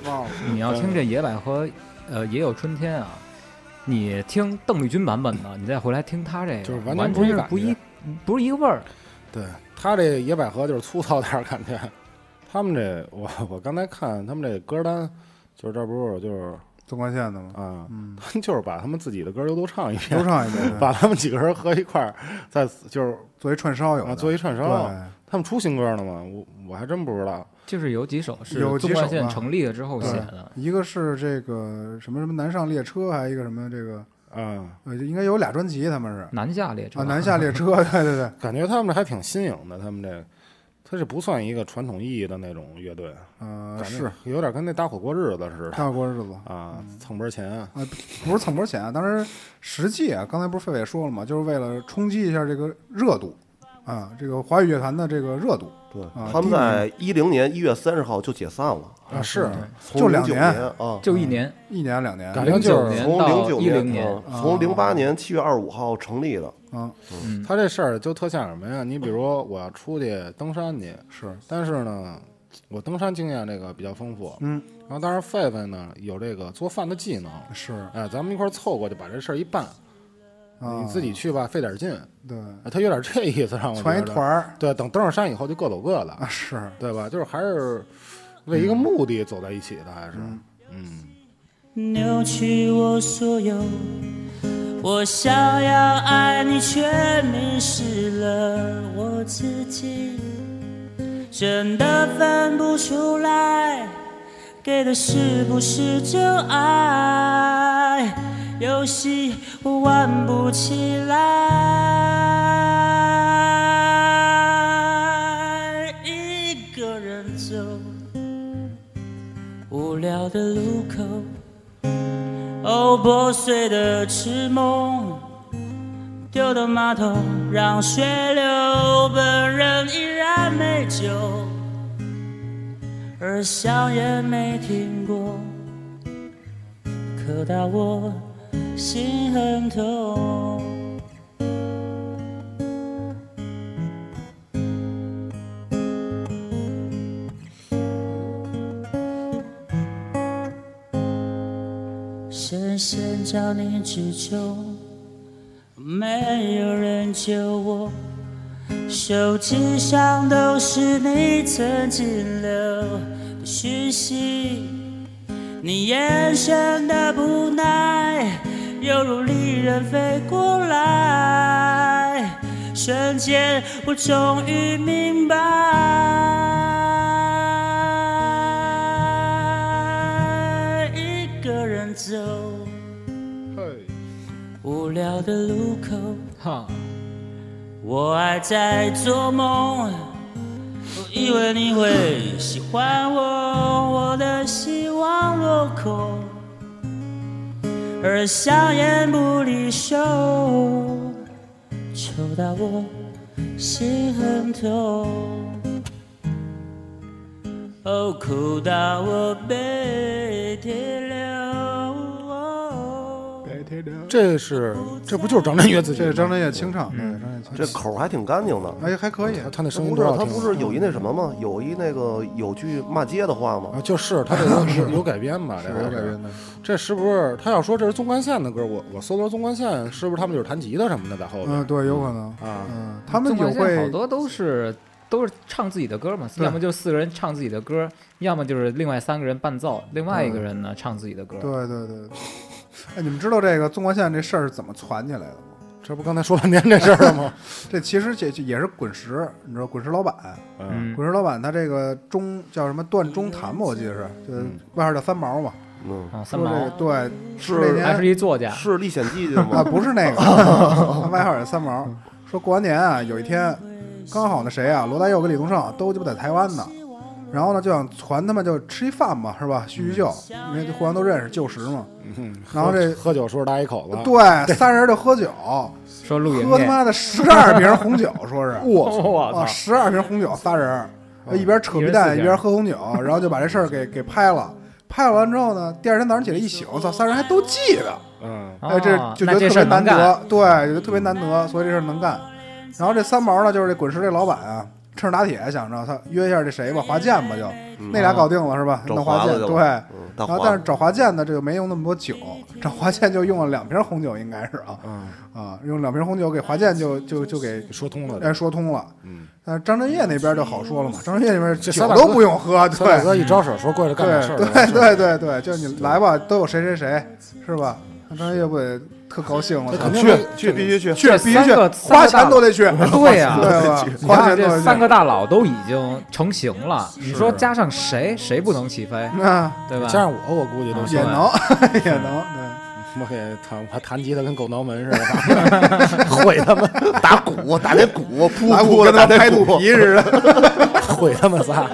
[SPEAKER 1] 忘了
[SPEAKER 2] 你要听这野百合，呃，也有春天啊。你听邓丽君版本的，你再回来听他这个，
[SPEAKER 3] 就是完
[SPEAKER 2] 完
[SPEAKER 3] 全
[SPEAKER 2] 全
[SPEAKER 3] 不一
[SPEAKER 2] 是
[SPEAKER 3] 感
[SPEAKER 2] 不一
[SPEAKER 3] 觉
[SPEAKER 2] 不是一个味儿。
[SPEAKER 3] 对他这野百合就是粗糙点儿感觉。 他们这我我刚才看他们这歌单，就是这不是就是
[SPEAKER 1] 纵贯线的吗？嗯
[SPEAKER 3] 啊， 他们就是把他们自己的歌又都唱一
[SPEAKER 1] 都
[SPEAKER 3] 遍，
[SPEAKER 1] 唱一遍，
[SPEAKER 3] 把他们几个人合一块儿，再就是
[SPEAKER 1] 作为串烧有
[SPEAKER 3] 啊
[SPEAKER 1] 的
[SPEAKER 3] 做一串烧
[SPEAKER 1] 对。
[SPEAKER 3] 他们出新歌了吗？我我还真不知道。
[SPEAKER 2] 就是有几首是
[SPEAKER 1] 有几
[SPEAKER 2] 纵
[SPEAKER 1] 首啊
[SPEAKER 2] 贯线
[SPEAKER 1] 吧
[SPEAKER 2] 成立了之后写的，
[SPEAKER 1] 一个是这个什么什么南上列车，还有一个什么这个
[SPEAKER 3] 啊，
[SPEAKER 1] 呃，应该有俩专辑，他们是
[SPEAKER 2] 南下列车
[SPEAKER 1] 啊，南下列车， 对对对，
[SPEAKER 3] 感觉他们还挺新颖的。他们这，他这不算一个传统意义的那种乐队，啊
[SPEAKER 1] 呃
[SPEAKER 3] 感觉
[SPEAKER 1] 是
[SPEAKER 3] 有点跟那大火过日子似的
[SPEAKER 1] 大过日子嗯
[SPEAKER 3] 啊，蹭波钱
[SPEAKER 4] 嗯
[SPEAKER 3] 啊。
[SPEAKER 1] 啊，不是蹭波钱啊，当时实际啊，刚才不是费伟说了嘛，就是为了冲击一下这个热度啊，这个华语乐坛的这个热度，
[SPEAKER 4] 对
[SPEAKER 1] 啊，
[SPEAKER 4] 他们
[SPEAKER 1] 第一
[SPEAKER 4] 在一零年一月三十号就解散了，
[SPEAKER 3] 啊是，
[SPEAKER 1] 就两
[SPEAKER 4] 09
[SPEAKER 1] 年
[SPEAKER 4] 啊，
[SPEAKER 2] 嗯就一年，
[SPEAKER 1] 一年两年，
[SPEAKER 3] 感觉
[SPEAKER 2] 零
[SPEAKER 3] 就
[SPEAKER 2] 九
[SPEAKER 3] 是
[SPEAKER 2] 年
[SPEAKER 4] 从零
[SPEAKER 2] 到
[SPEAKER 4] 九
[SPEAKER 2] 一零
[SPEAKER 4] 年，
[SPEAKER 2] 年，
[SPEAKER 4] 啊从零八年七月二十五号成立的，
[SPEAKER 1] 嗯，
[SPEAKER 2] 嗯，
[SPEAKER 3] 他这事儿就特像什么呀？你比如我要出去登山去，
[SPEAKER 1] 是
[SPEAKER 3] 但是呢，我登山经验这个比较丰富，
[SPEAKER 1] 嗯，
[SPEAKER 3] 然后当时狒狒呢有这个做饭的技能，
[SPEAKER 1] 是
[SPEAKER 3] 哎，咱们一块儿凑过去把这事儿一办，
[SPEAKER 1] 啊，
[SPEAKER 3] 你自己去吧，费点劲，
[SPEAKER 1] 对，
[SPEAKER 3] 啊他有点这意思让我
[SPEAKER 1] 传一
[SPEAKER 3] 觉得
[SPEAKER 1] 团儿
[SPEAKER 3] 对，等登上山以后就各走各的，
[SPEAKER 1] 啊，是嗯
[SPEAKER 3] 对吧？就是还是为一个目的走在一起的，还是嗯，
[SPEAKER 5] 扭曲我所有，我想要爱你，却迷失了我自己，真的分不出来，给的是不是真爱？游戏我玩不起来，一个人走，无聊的路口。哦，破碎的痴梦，丢到马桶让水流，本人依然没救，而香也没停过，可到我心很痛。深深找你之中，没有人救我。手机上都是你曾经留的讯息，你眼神的不耐，犹如利刃飞过来。瞬间，我终于明白。一个人走，
[SPEAKER 3] 嘿，
[SPEAKER 5] 无聊的路口，
[SPEAKER 2] 哈，
[SPEAKER 5] 我还在做梦。我以为你会喜欢我，我的希望落空，而香烟不离手，抽到我心很痛。哦，哭到我鼻涕流。
[SPEAKER 3] 这是这不就是张震岳自己
[SPEAKER 1] 这
[SPEAKER 3] 吗？嗯
[SPEAKER 1] 是张震岳清唱，对，张震岳清
[SPEAKER 4] 这口儿还挺干净的。
[SPEAKER 1] 唱，哎，还可以，
[SPEAKER 3] 他他那声
[SPEAKER 4] 不
[SPEAKER 3] 音
[SPEAKER 4] 是
[SPEAKER 3] 多少
[SPEAKER 4] 他
[SPEAKER 3] 听？啊
[SPEAKER 4] 不是有一那什么吗？有一那个有句骂街的话吗
[SPEAKER 3] 啊，？就是他这个是有改编 吧？哎这个
[SPEAKER 1] 有改编的，
[SPEAKER 3] 这是不是他要说这是纵贯线的歌？我我搜的是纵贯线，是不是他们就是弹吉他什么的在后
[SPEAKER 1] 嗯，
[SPEAKER 3] 边？
[SPEAKER 1] 对，有可能，
[SPEAKER 3] 啊
[SPEAKER 1] 嗯，他们
[SPEAKER 2] 纵
[SPEAKER 1] 有
[SPEAKER 2] 贯线好
[SPEAKER 1] 会，
[SPEAKER 2] 多都是都是唱自己的歌嘛，
[SPEAKER 1] 对
[SPEAKER 2] 要么就四个人唱自己的歌，要么就是另外三个人伴奏，另外一个人呢唱自己的歌。
[SPEAKER 1] 对对对。对哎，你们知道这个纵贯线这事儿是怎么传起来的吗？
[SPEAKER 3] 这不刚才说半天这事儿了吗？
[SPEAKER 1] 这其实也也是滚石，你知道滚石老板，
[SPEAKER 2] 嗯，
[SPEAKER 1] 滚石老板他这个中叫什么段中谈吧，我记得是，就是外号叫三毛嘛。
[SPEAKER 4] 嗯，
[SPEAKER 2] 嗯啊，三
[SPEAKER 1] 说这
[SPEAKER 2] 毛
[SPEAKER 1] 个对，
[SPEAKER 4] 是
[SPEAKER 1] 那
[SPEAKER 2] 还是
[SPEAKER 1] 年
[SPEAKER 2] 一作家，
[SPEAKER 4] 是《历险 记》的
[SPEAKER 1] 啊，
[SPEAKER 4] 吗？
[SPEAKER 1] 不是那个，他外号也是三毛。说过完年啊，有一天刚好那谁啊，罗大佑跟李宗盛都鸡巴在台湾呢，然后呢就想传他们就吃一饭嘛，是吧？叙叙旧，
[SPEAKER 2] 嗯
[SPEAKER 1] 因为互相都认识，旧时嘛。然后这
[SPEAKER 3] 嗯喝酒时候搭一口子，
[SPEAKER 1] 对三人就喝酒，
[SPEAKER 2] 说录音
[SPEAKER 1] 喝他妈的十二瓶红 酒，说是
[SPEAKER 2] 我
[SPEAKER 1] 啊，
[SPEAKER 2] 操，嗯
[SPEAKER 1] 十二瓶红酒，仨人儿，一边扯皮
[SPEAKER 2] 一人四
[SPEAKER 1] 蛋
[SPEAKER 2] 瓶
[SPEAKER 1] 一边喝红酒，然后就把这事儿给给拍了。拍了完之后呢，第二天早上起来一醒，操，仨人还都记得，
[SPEAKER 3] 嗯，
[SPEAKER 1] 哎，这
[SPEAKER 2] 啊
[SPEAKER 1] 就觉
[SPEAKER 2] 那
[SPEAKER 1] 得
[SPEAKER 2] 这
[SPEAKER 1] 特别
[SPEAKER 2] 事儿
[SPEAKER 1] 难
[SPEAKER 2] 能干。
[SPEAKER 1] 得，对，觉得特别难得，所以这事儿能干。然后这三毛呢，就是这滚石这老板啊，趁着打铁想着他约一下这谁吧，华健吧就，那俩搞定了是吧？
[SPEAKER 4] 嗯找
[SPEAKER 1] 弄
[SPEAKER 4] 华
[SPEAKER 1] 华健
[SPEAKER 4] 子去了
[SPEAKER 1] 对，
[SPEAKER 4] 嗯大
[SPEAKER 1] 然
[SPEAKER 4] 华
[SPEAKER 1] 后但是找华健呢，这个没用那么多酒，找华健就用了两瓶红酒，应该是啊，
[SPEAKER 3] 嗯
[SPEAKER 1] 啊，用两瓶红酒给华健就就就给
[SPEAKER 3] 说通了
[SPEAKER 1] 哎
[SPEAKER 3] 这。
[SPEAKER 1] 说通了。
[SPEAKER 3] 嗯，
[SPEAKER 1] 但是张震岳那边就好说了嘛，张震岳那边
[SPEAKER 3] 这
[SPEAKER 1] 酒
[SPEAKER 3] 三大
[SPEAKER 1] 都
[SPEAKER 3] 哥
[SPEAKER 1] 不用喝，
[SPEAKER 3] 三大
[SPEAKER 1] 对，
[SPEAKER 3] 哥一招手说过来干点事儿，
[SPEAKER 1] 对
[SPEAKER 3] 完事儿
[SPEAKER 1] 对对对，就是你来吧，都有谁谁谁，是吧？那张越不得特高兴了？
[SPEAKER 3] 他肯定
[SPEAKER 1] 去
[SPEAKER 4] 去必须去，
[SPEAKER 1] 去必须
[SPEAKER 2] 三
[SPEAKER 1] 去
[SPEAKER 2] 个，
[SPEAKER 1] 花钱都得去。
[SPEAKER 2] 对呀、
[SPEAKER 1] 对吧？
[SPEAKER 2] 你
[SPEAKER 1] 花 钱
[SPEAKER 2] 看
[SPEAKER 1] 都
[SPEAKER 2] 这
[SPEAKER 1] 得
[SPEAKER 2] 三
[SPEAKER 1] 去。
[SPEAKER 2] 个大佬都已经成型了，你说加上谁，谁不能起飞，
[SPEAKER 1] 啊，
[SPEAKER 2] 对吧？啊
[SPEAKER 3] 加上我，我估
[SPEAKER 4] 啊
[SPEAKER 3] 计都
[SPEAKER 1] 也
[SPEAKER 3] 行。
[SPEAKER 1] 能 也能，
[SPEAKER 3] 我给弹，我弹吉他跟狗挠门似的， 毁他们，
[SPEAKER 4] 打鼓，打那鼓，
[SPEAKER 1] 对，
[SPEAKER 4] 噗
[SPEAKER 1] 打
[SPEAKER 4] 噗
[SPEAKER 1] 鼓
[SPEAKER 4] 的
[SPEAKER 1] 跟
[SPEAKER 4] 打
[SPEAKER 1] 他
[SPEAKER 4] 那
[SPEAKER 1] 拍
[SPEAKER 4] 鼓
[SPEAKER 1] 肚， 皮似的。
[SPEAKER 3] 毁他们仨，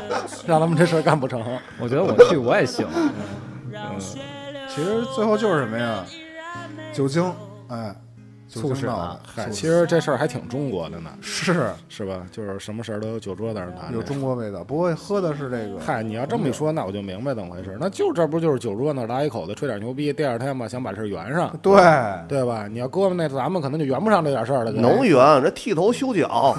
[SPEAKER 3] 让他们这事儿干不成。
[SPEAKER 2] 我觉得我去我也 行，
[SPEAKER 1] 嗯其实最后就是什么呀？酒精，哎，酒精闹的
[SPEAKER 2] 促
[SPEAKER 3] 嗨，
[SPEAKER 1] 促
[SPEAKER 3] 其实这事儿还挺中国的呢，
[SPEAKER 1] 是
[SPEAKER 3] 是吧？就是什么事儿都有酒桌在那儿谈。
[SPEAKER 1] 有中。国味道，不过喝的是这个。
[SPEAKER 3] 嗨，你要这么一说，那我就明白怎么回事儿。那就这不就是酒桌那儿拉一口子，吹点牛逼，第二天吧想把事儿圆上，
[SPEAKER 1] 对，
[SPEAKER 3] 对吧？你要搁我们那，咱们可能就圆不上这点事儿了。就
[SPEAKER 4] 能圆，这剃头修 脚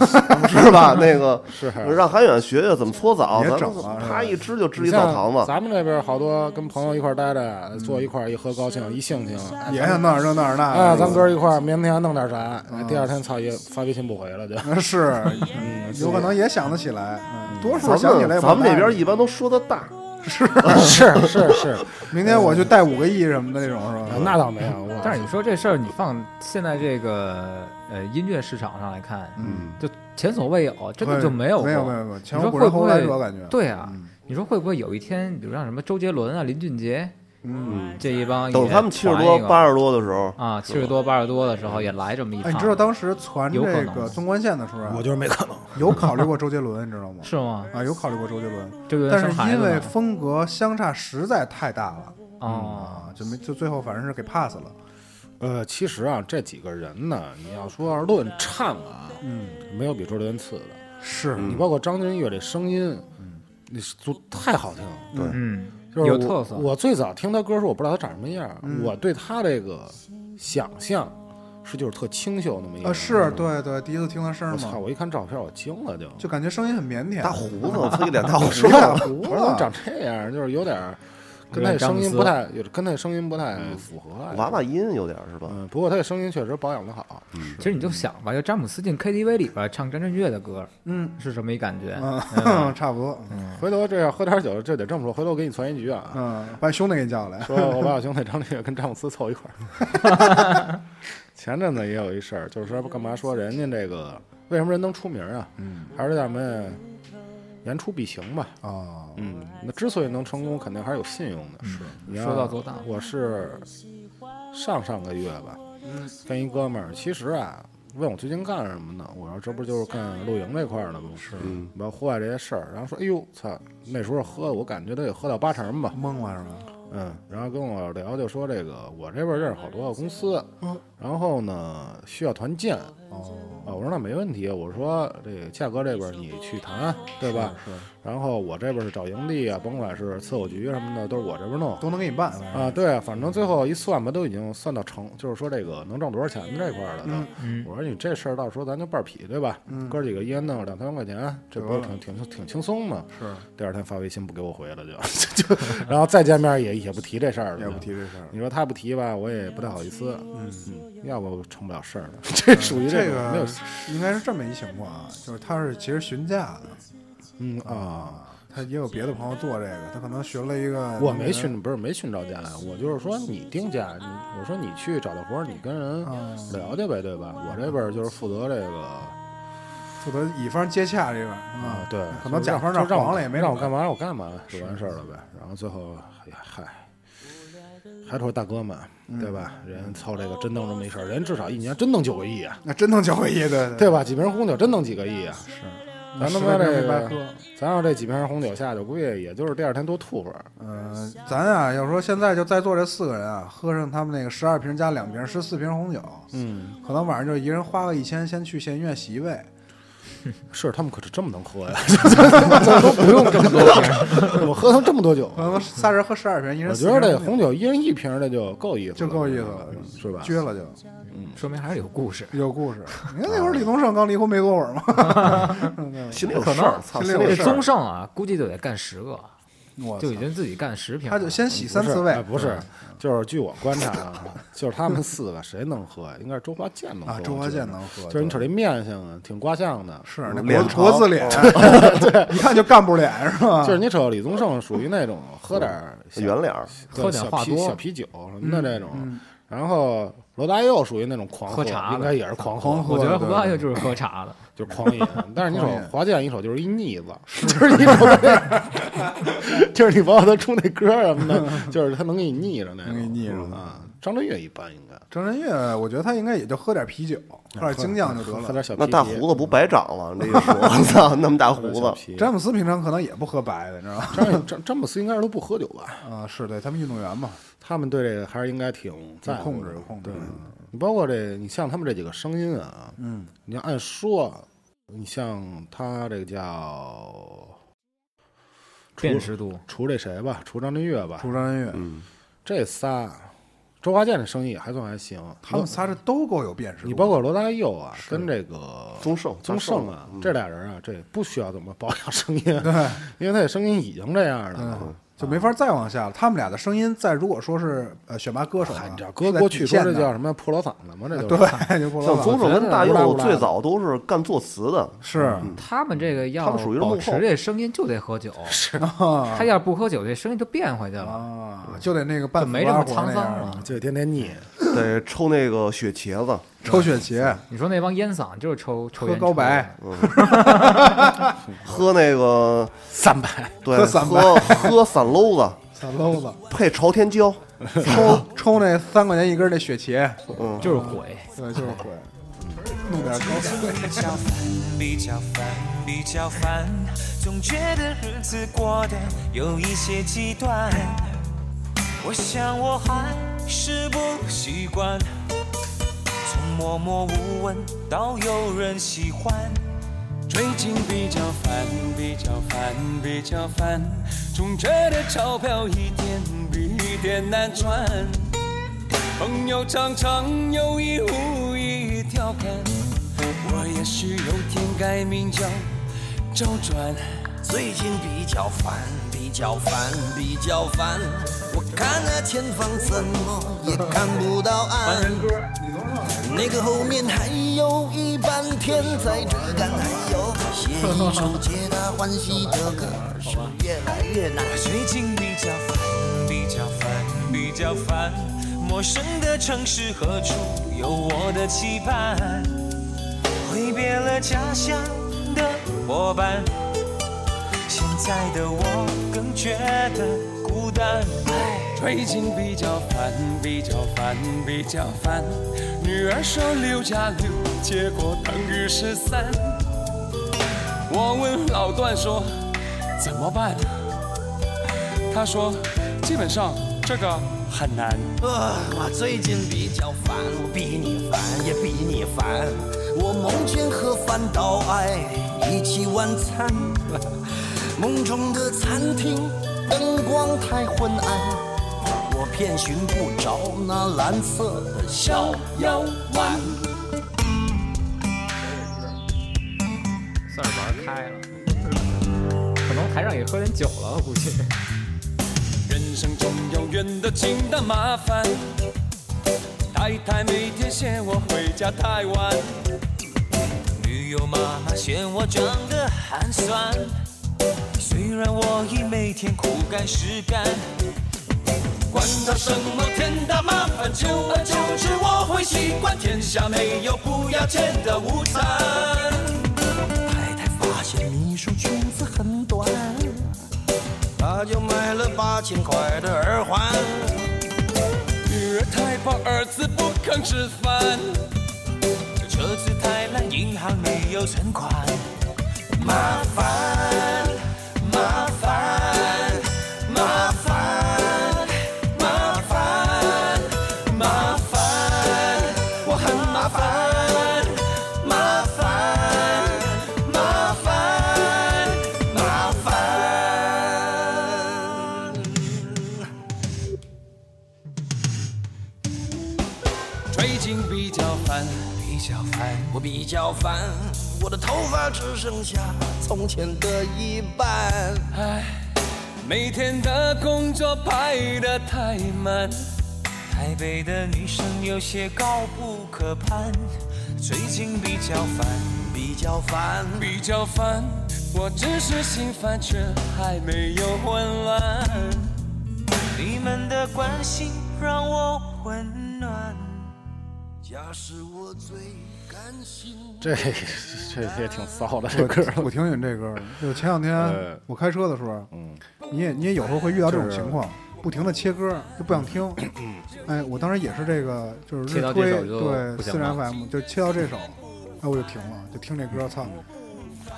[SPEAKER 4] 是吧？那个
[SPEAKER 3] 是啊
[SPEAKER 4] 让韩远学学怎么搓澡，
[SPEAKER 1] 别
[SPEAKER 4] 咱
[SPEAKER 1] 整了
[SPEAKER 4] 啪一支就支
[SPEAKER 3] 你
[SPEAKER 4] 一
[SPEAKER 3] 像
[SPEAKER 4] 澡堂子。
[SPEAKER 3] 咱们这边好多跟朋友一块儿待着，坐一块儿一喝高兴一兴情，哎
[SPEAKER 1] 嗯也想那儿这那儿那嗯
[SPEAKER 3] 哎，
[SPEAKER 1] 儿的
[SPEAKER 3] 咱哥儿一块儿明天弄点啥，第二天操也发微信不回了就。
[SPEAKER 1] 是，嗯有可能也想得起来，嗯多数
[SPEAKER 4] 咱
[SPEAKER 1] 想起来
[SPEAKER 4] 们
[SPEAKER 1] 也不
[SPEAKER 4] 咱们这
[SPEAKER 1] 赖
[SPEAKER 4] 边一般都说的大，
[SPEAKER 3] 是是是，
[SPEAKER 1] 明天我去带五个亿什么的啊那种 是吧？哎
[SPEAKER 3] 那倒没有。我
[SPEAKER 2] 但是你说这事儿，你放现在这个呃音乐市场上来看，
[SPEAKER 1] 嗯，
[SPEAKER 2] 就前所未有，真的就
[SPEAKER 1] 没
[SPEAKER 2] 有
[SPEAKER 1] 没
[SPEAKER 2] 没
[SPEAKER 1] 有没有没有，前
[SPEAKER 2] 你
[SPEAKER 1] 无古
[SPEAKER 2] 说会
[SPEAKER 1] 人
[SPEAKER 2] 不
[SPEAKER 1] 后无来者
[SPEAKER 2] 会？
[SPEAKER 1] 感觉。
[SPEAKER 2] 对啊，
[SPEAKER 1] 嗯
[SPEAKER 2] 你说会不会有一天，比如像什么周杰伦啊、林俊杰
[SPEAKER 1] 嗯，
[SPEAKER 2] 这一帮也
[SPEAKER 4] 等他们七十多
[SPEAKER 2] 传一、个
[SPEAKER 4] 八十多的时候，
[SPEAKER 2] 啊，七十多、八十多的时候也来这么一
[SPEAKER 1] 哎，
[SPEAKER 2] 趟，
[SPEAKER 1] 你知道当时传这
[SPEAKER 2] 啊有可
[SPEAKER 1] 个
[SPEAKER 2] 能
[SPEAKER 1] 纵贯线的时候啊，
[SPEAKER 3] 我就是没可能。
[SPEAKER 1] 有考虑过周杰伦，你知道吗？
[SPEAKER 2] 是吗？
[SPEAKER 1] 啊，有考虑过周杰伦，
[SPEAKER 2] 周杰伦
[SPEAKER 1] 但
[SPEAKER 2] 生
[SPEAKER 1] 是
[SPEAKER 2] 孩
[SPEAKER 1] 因
[SPEAKER 2] 子
[SPEAKER 1] 为
[SPEAKER 2] 了
[SPEAKER 1] 风格相差实在太大了
[SPEAKER 2] 哦，
[SPEAKER 1] 啊，就没就最后反正是给 pass 了。
[SPEAKER 3] 呃，其实啊，这几个人呢，你要说论唱啊，嗯，没有比周杰伦次的。
[SPEAKER 1] 是，嗯
[SPEAKER 3] 你
[SPEAKER 2] 嗯
[SPEAKER 3] 包括张震岳这声音，你是就太好听了。
[SPEAKER 2] 嗯，
[SPEAKER 3] 就是
[SPEAKER 2] 有
[SPEAKER 3] 我
[SPEAKER 2] 特色
[SPEAKER 3] 我最早听他歌时，我不知道他长什么样儿，
[SPEAKER 1] 嗯
[SPEAKER 3] 我对他这个想象是就是特清秀那么一个
[SPEAKER 1] 啊，
[SPEAKER 3] 人。
[SPEAKER 1] 是对对，第一次听他声
[SPEAKER 3] 我
[SPEAKER 1] 儿
[SPEAKER 3] 操！
[SPEAKER 1] 嘛，
[SPEAKER 3] 我一看照片，我惊了就。
[SPEAKER 1] 就感觉声音很腼�腆
[SPEAKER 4] 大。胡子，我操，一脸大胡
[SPEAKER 1] 有点
[SPEAKER 4] 子。
[SPEAKER 1] 胡
[SPEAKER 3] 我说
[SPEAKER 1] 子，
[SPEAKER 3] 长这样，就是有点儿跟
[SPEAKER 2] 有
[SPEAKER 3] 他
[SPEAKER 2] 点
[SPEAKER 3] 的声音
[SPEAKER 2] 张思
[SPEAKER 3] 不太，有跟他的声音不太符合。啊
[SPEAKER 4] 娃娃音有点是吧？
[SPEAKER 3] 嗯，不过他的声音确实保养的好。
[SPEAKER 2] 其实你就想吧，就詹姆斯进 KTV 里边唱张震岳的歌，
[SPEAKER 1] 嗯，
[SPEAKER 2] 是什么一感觉？
[SPEAKER 1] 嗯，差不多，
[SPEAKER 3] 回头这样喝点酒，这得这么说。回头我给你传一局啊，
[SPEAKER 1] 嗯，把兄弟给你叫来，
[SPEAKER 3] 说我把我兄弟张震岳跟詹姆斯凑一块儿。前阵子也有一事儿，就是说干嘛说人家这个为什么人能出名啊？嗯，还是咱们言出必行吧。
[SPEAKER 1] 哦，
[SPEAKER 3] 嗯，那之所以能成功，肯定还是有信用的。是，你要
[SPEAKER 2] 说到做到
[SPEAKER 3] 我是上上个月吧，跟一哥们儿，其实啊，问我最近干什么呢？我说这不就是干露营这块儿的吗？是，包括户外这些事儿。然后说，哎呦，操，那时候喝，我感觉得有喝到八成吧。
[SPEAKER 1] 懵了是吧？
[SPEAKER 3] 嗯，然后跟我聊就说这个，我这边认识好多个公司，
[SPEAKER 1] 嗯
[SPEAKER 3] 然后呢需要团建。
[SPEAKER 1] 哦，
[SPEAKER 3] 啊，我说那没问题，我说这个价格这边你去谈，啊对 吧？
[SPEAKER 1] 是是
[SPEAKER 3] 然后我这边是找营地啊，甭管是伺候局啊什么的，都是我这边弄。
[SPEAKER 1] 都能给你办，反正
[SPEAKER 3] 啊，对，反正最后一算吧，都已经算到成，就是说这个能挣多少钱这块儿
[SPEAKER 1] 嗯
[SPEAKER 3] 了都。我说你这事儿到时候咱就半儿劈，对吧？哥几个一人弄两三万块钱，这不是挺挺挺轻松吗？
[SPEAKER 1] 嗯是，
[SPEAKER 3] 第二天发微信不给我回了就 就，然后再见面也也不提这事儿了，
[SPEAKER 1] 也不提。这事儿。
[SPEAKER 3] 你说他不提吧，我也不太好意思，嗯，要不成不了事儿了。 这属于
[SPEAKER 1] 嗯这
[SPEAKER 3] 种没有
[SPEAKER 1] 个应该是这么一情况啊，就是他是其实询价的，
[SPEAKER 3] 嗯啊，
[SPEAKER 1] 他也有别的朋友做这个，他可能询了一个，
[SPEAKER 3] 我没寻，不是没寻找家呀，
[SPEAKER 1] 嗯
[SPEAKER 3] 我就是说你定价，你我说你去找到活儿，你跟人
[SPEAKER 1] 嗯
[SPEAKER 3] 聊去呗，对吧？我这边儿就是负责这个
[SPEAKER 1] 负责乙方接洽这边啊
[SPEAKER 3] 对，
[SPEAKER 1] 可能
[SPEAKER 3] 就
[SPEAKER 1] 甲
[SPEAKER 3] 让
[SPEAKER 1] 方那
[SPEAKER 3] 就
[SPEAKER 1] 儿
[SPEAKER 3] 让我
[SPEAKER 1] 黄了也没
[SPEAKER 3] 让我
[SPEAKER 1] 辙
[SPEAKER 3] 干嘛，让我干嘛就完事儿了呗。然后最后，哎呀嗨，还说大哥们，
[SPEAKER 1] 嗯
[SPEAKER 3] 对吧？人凑这个真弄这么一事儿，人至少一年真弄九个亿啊，
[SPEAKER 1] 那真能交回忆，对对
[SPEAKER 3] 对吧？几瓶红酒真弄几个亿啊，
[SPEAKER 1] 是，
[SPEAKER 3] 咱他
[SPEAKER 1] 十
[SPEAKER 3] 妈
[SPEAKER 1] 块
[SPEAKER 3] 这
[SPEAKER 1] 钱没白
[SPEAKER 3] 个
[SPEAKER 1] 喝。，
[SPEAKER 3] 咱要这几瓶红酒下去，估计也就是第二天多吐会儿。
[SPEAKER 1] 嗯，咱啊，要说现在就在座这四个人啊，喝上他们那个十二瓶加两瓶，十四瓶红酒，
[SPEAKER 3] 嗯，
[SPEAKER 1] 可能晚上就一人花个一千，先去县医院洗一胃。
[SPEAKER 3] 是他们可是 这么能喝呀，都不用这么多 瓶，我喝成这么多酒
[SPEAKER 1] 可。能仨人喝十二瓶，一人
[SPEAKER 3] 我
[SPEAKER 1] 四
[SPEAKER 3] 觉
[SPEAKER 1] 瓶
[SPEAKER 3] 得这红酒一人一瓶的就够意思了，嗯
[SPEAKER 1] 就够意思了，
[SPEAKER 3] 是吧？
[SPEAKER 1] 撅了就
[SPEAKER 2] 嗯说明还是有故事。
[SPEAKER 1] 有故事。你看那会儿李宗盛刚离婚没多会儿嘛，
[SPEAKER 4] 心里有事儿，操，
[SPEAKER 1] 心
[SPEAKER 4] 心
[SPEAKER 1] 里有
[SPEAKER 4] 里
[SPEAKER 2] 这
[SPEAKER 4] 事
[SPEAKER 1] 事儿
[SPEAKER 4] 儿。
[SPEAKER 2] 宗盛啊，估计就得干十个，
[SPEAKER 1] 我
[SPEAKER 2] 就已
[SPEAKER 1] 操
[SPEAKER 2] 经自己干十瓶了。嗯
[SPEAKER 1] 他就先洗
[SPEAKER 3] 不
[SPEAKER 1] 三
[SPEAKER 3] 是
[SPEAKER 1] 次胃嗯
[SPEAKER 3] 哎，不是，就是据我观察啊，就是他们四个谁能喝呀？应该是周华健能喝。
[SPEAKER 1] 啊，周华健能喝，
[SPEAKER 3] 就是你瞅这面相啊，挺瓜相的。
[SPEAKER 1] 是那国
[SPEAKER 4] 脸
[SPEAKER 1] 字国字脸， 一看就干部脸是吧？
[SPEAKER 3] 哦就是你瞅李宗盛属于那种喝点儿
[SPEAKER 4] 嗯
[SPEAKER 3] 小
[SPEAKER 4] 圆脸儿，
[SPEAKER 3] 对
[SPEAKER 2] 喝点
[SPEAKER 3] 小
[SPEAKER 2] 话
[SPEAKER 3] 啤
[SPEAKER 2] 多
[SPEAKER 3] 小啤酒什
[SPEAKER 1] 嗯
[SPEAKER 3] 么的这种，然后罗大佑属于那种狂
[SPEAKER 2] 喝茶的
[SPEAKER 3] 应该也是狂喝，
[SPEAKER 2] 我觉得
[SPEAKER 1] 对
[SPEAKER 2] 胡大佑就是喝茶的，
[SPEAKER 3] 就是狂 饮。但是你瞅
[SPEAKER 1] 狂饮
[SPEAKER 3] 华健一瞅就是一腻子， 就是你瞅那，就是你包括他出 那歌啊什么的，就是他能给你腻着那种，
[SPEAKER 1] 能给你腻着
[SPEAKER 3] 啊。张震岳一般应该
[SPEAKER 1] 张震岳，我觉得他应该也就喝点啤酒，喝点精酿就得
[SPEAKER 3] 喝
[SPEAKER 1] 了。
[SPEAKER 3] 点小啤
[SPEAKER 4] 那大
[SPEAKER 3] 啤嗯
[SPEAKER 4] 胡子不
[SPEAKER 2] 嗯
[SPEAKER 4] 白长了？那一说，我 操，那么大胡
[SPEAKER 3] 小
[SPEAKER 4] 子，
[SPEAKER 3] 啤
[SPEAKER 1] 詹姆斯平常可能也不喝白的，你知道吗？
[SPEAKER 3] 詹詹詹姆斯应该是都不喝酒吧？
[SPEAKER 1] 啊，是对他们运动员嘛，
[SPEAKER 3] 他们对这个还是应该挺在乎
[SPEAKER 1] 控
[SPEAKER 3] 的
[SPEAKER 1] 制有控制嗯
[SPEAKER 3] 对，你包括这，你像他们这几个声音啊，嗯，你要按说，你像他这个叫
[SPEAKER 2] 辨识度，
[SPEAKER 3] 除这谁吧，除张震岳吧，嗯
[SPEAKER 1] 出张音乐，
[SPEAKER 3] 这仨，周华健的生意还算还行。
[SPEAKER 1] 他们仨这都够有辨识度。
[SPEAKER 3] 你包括罗大佑啊，跟这个
[SPEAKER 4] 宗盛
[SPEAKER 3] 宗盛啊，
[SPEAKER 4] 嗯
[SPEAKER 3] 这俩人啊，这不需要怎么保养 声音，对，因为他的声音已经这样了。啊
[SPEAKER 1] 嗯，就没法再往下了。他们俩的声音，在如果说是呃选拔歌手啊，
[SPEAKER 3] 你知道，
[SPEAKER 1] 是
[SPEAKER 3] 搁
[SPEAKER 1] 在
[SPEAKER 3] 过去
[SPEAKER 1] 底
[SPEAKER 3] 说
[SPEAKER 1] 线
[SPEAKER 3] 这
[SPEAKER 1] 的
[SPEAKER 3] 叫什么破锣嗓子吗？这就
[SPEAKER 1] 对， 就不
[SPEAKER 4] 像宗盛跟大
[SPEAKER 3] 我觉得
[SPEAKER 4] 佑
[SPEAKER 3] 我
[SPEAKER 4] 最早都是干作词的，嗯
[SPEAKER 1] 是
[SPEAKER 2] 他们这个嗯要
[SPEAKER 4] 他们属于是幕
[SPEAKER 2] 保
[SPEAKER 4] 后
[SPEAKER 2] 持这声音就得喝 酒， 是，他要不喝酒，这声音就变回去了，
[SPEAKER 1] 啊，就得那个
[SPEAKER 2] 就
[SPEAKER 1] 半
[SPEAKER 2] 没
[SPEAKER 1] 死
[SPEAKER 2] 这么
[SPEAKER 1] 不拉活
[SPEAKER 2] 沧
[SPEAKER 1] 那
[SPEAKER 2] 桑
[SPEAKER 1] 样
[SPEAKER 2] 了。
[SPEAKER 3] 就天天腻，
[SPEAKER 4] 得抽那个雪茄子，
[SPEAKER 1] 抽雪茄，
[SPEAKER 2] 你说那帮烟嗓就是抽嗯抽
[SPEAKER 1] 喝
[SPEAKER 2] 烟
[SPEAKER 1] 高
[SPEAKER 2] 抽的
[SPEAKER 1] 白，
[SPEAKER 4] 嗯 喝那个
[SPEAKER 3] 三百
[SPEAKER 4] 对
[SPEAKER 1] 喝
[SPEAKER 4] 喝
[SPEAKER 1] 散白
[SPEAKER 4] 喝散篓子，
[SPEAKER 1] 散篓子，
[SPEAKER 4] 配朝天 椒，
[SPEAKER 1] 抽抽那三块钱一根那雪茄，
[SPEAKER 4] 嗯
[SPEAKER 2] 就是毁。
[SPEAKER 1] 对，就是 毁，弄点高
[SPEAKER 10] 比较烦，比较烦，比较烦，总觉得日子过得有一些极端。我想我还是不习惯，从默默无闻到有人喜欢。最近比较烦，比较烦，比较烦，总觉得钞票一点比一点难赚。朋友常常有意无意调侃，我也许有天改名叫周转。
[SPEAKER 8] 最近比较烦，比较烦，比较烦。我看那前方怎么也看不到岸。那个后面还有一半天，在这干还有写一首皆大欢喜的歌，是越来越难。
[SPEAKER 10] 最近比较烦，比较烦，比较烦。陌生的城市，何处有我的期盼？挥别了家乡的伙伴，现在的我更觉得孤单。最近比较烦，比较烦，比较烦。女儿说六加六，结果等于十三。我问老段说怎么办？他说，基本上这个很难。
[SPEAKER 8] 啊，我最近比较烦，我比你烦，也比你烦。我梦见和饭岛爱一起晚餐，梦中的餐厅灯光太昏暗，我遍寻不着那蓝色的小腰丸。
[SPEAKER 2] 算是玩开了。可能台上也喝点酒了，我估 计。
[SPEAKER 10] 人生总有远的近的麻烦，太太每天嫌我回家太晚，女友妈妈嫌我长得寒酸。虽然我已每天苦干实干，管他什么天大麻烦，久而久之我会习惯，天下没有不要钱的午餐。
[SPEAKER 8] 太太发现秘书裙子很短，她就买了八千块的耳环。
[SPEAKER 10] 女儿太胖，儿子不肯吃饭，这车子太烂，银行没有存款，麻烦，麻烦，麻烦，麻烦，麻烦，我很麻烦，麻烦，麻烦，麻烦。最近比较烦，比较烦，
[SPEAKER 8] 我比较烦，我的头发只剩下从前的一半。
[SPEAKER 10] 唉，每天的工作排得太满，台北的女生有些高不可攀，最近比较烦，
[SPEAKER 8] 比较烦，
[SPEAKER 10] 比较烦，我只是心烦，却还没有混乱，你们的关心让我温暖。
[SPEAKER 8] 家是我最甘心。
[SPEAKER 3] 这这也挺骚的这歌。
[SPEAKER 1] 我我听你这歌，就前两天
[SPEAKER 3] 呃
[SPEAKER 1] 我开车的时候，
[SPEAKER 3] 嗯，
[SPEAKER 1] 你也你也有时候会遇到这种
[SPEAKER 3] 就是嗯
[SPEAKER 1] 情况，不停的切歌，就不想听。哎，我当时也是这个，就是
[SPEAKER 2] 切
[SPEAKER 1] 日
[SPEAKER 2] 到这
[SPEAKER 1] 推
[SPEAKER 2] 首就
[SPEAKER 1] 对
[SPEAKER 2] 不行
[SPEAKER 1] 四然
[SPEAKER 2] 了
[SPEAKER 1] FM 就切到这首，
[SPEAKER 3] 嗯
[SPEAKER 1] 哎我就停了，就听这歌，操！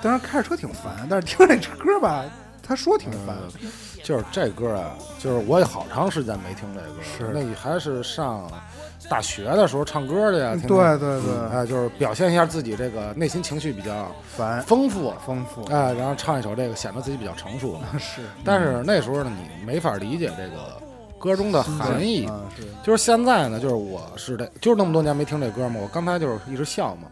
[SPEAKER 1] 当时开着车挺烦，但是听着这歌吧，他说挺烦，
[SPEAKER 3] 嗯就是这歌啊，就是我也好长时间没听这歌，
[SPEAKER 1] 是
[SPEAKER 3] 那你还是上大学的时候唱歌的呀？天天
[SPEAKER 1] 嗯对对对
[SPEAKER 3] 哎，就是表现一下自己这个内心情绪比较
[SPEAKER 1] 烦
[SPEAKER 3] 丰富，
[SPEAKER 1] 丰富
[SPEAKER 3] 哎，然后唱一首这个，显得自己比较成熟。
[SPEAKER 1] 是
[SPEAKER 3] 但是那时候呢，你没法理解这个歌中的含义。
[SPEAKER 1] 啊是
[SPEAKER 3] 就是现在呢，就是我是这，就是那么多年没听这歌嘛，我刚才就是一直笑嘛，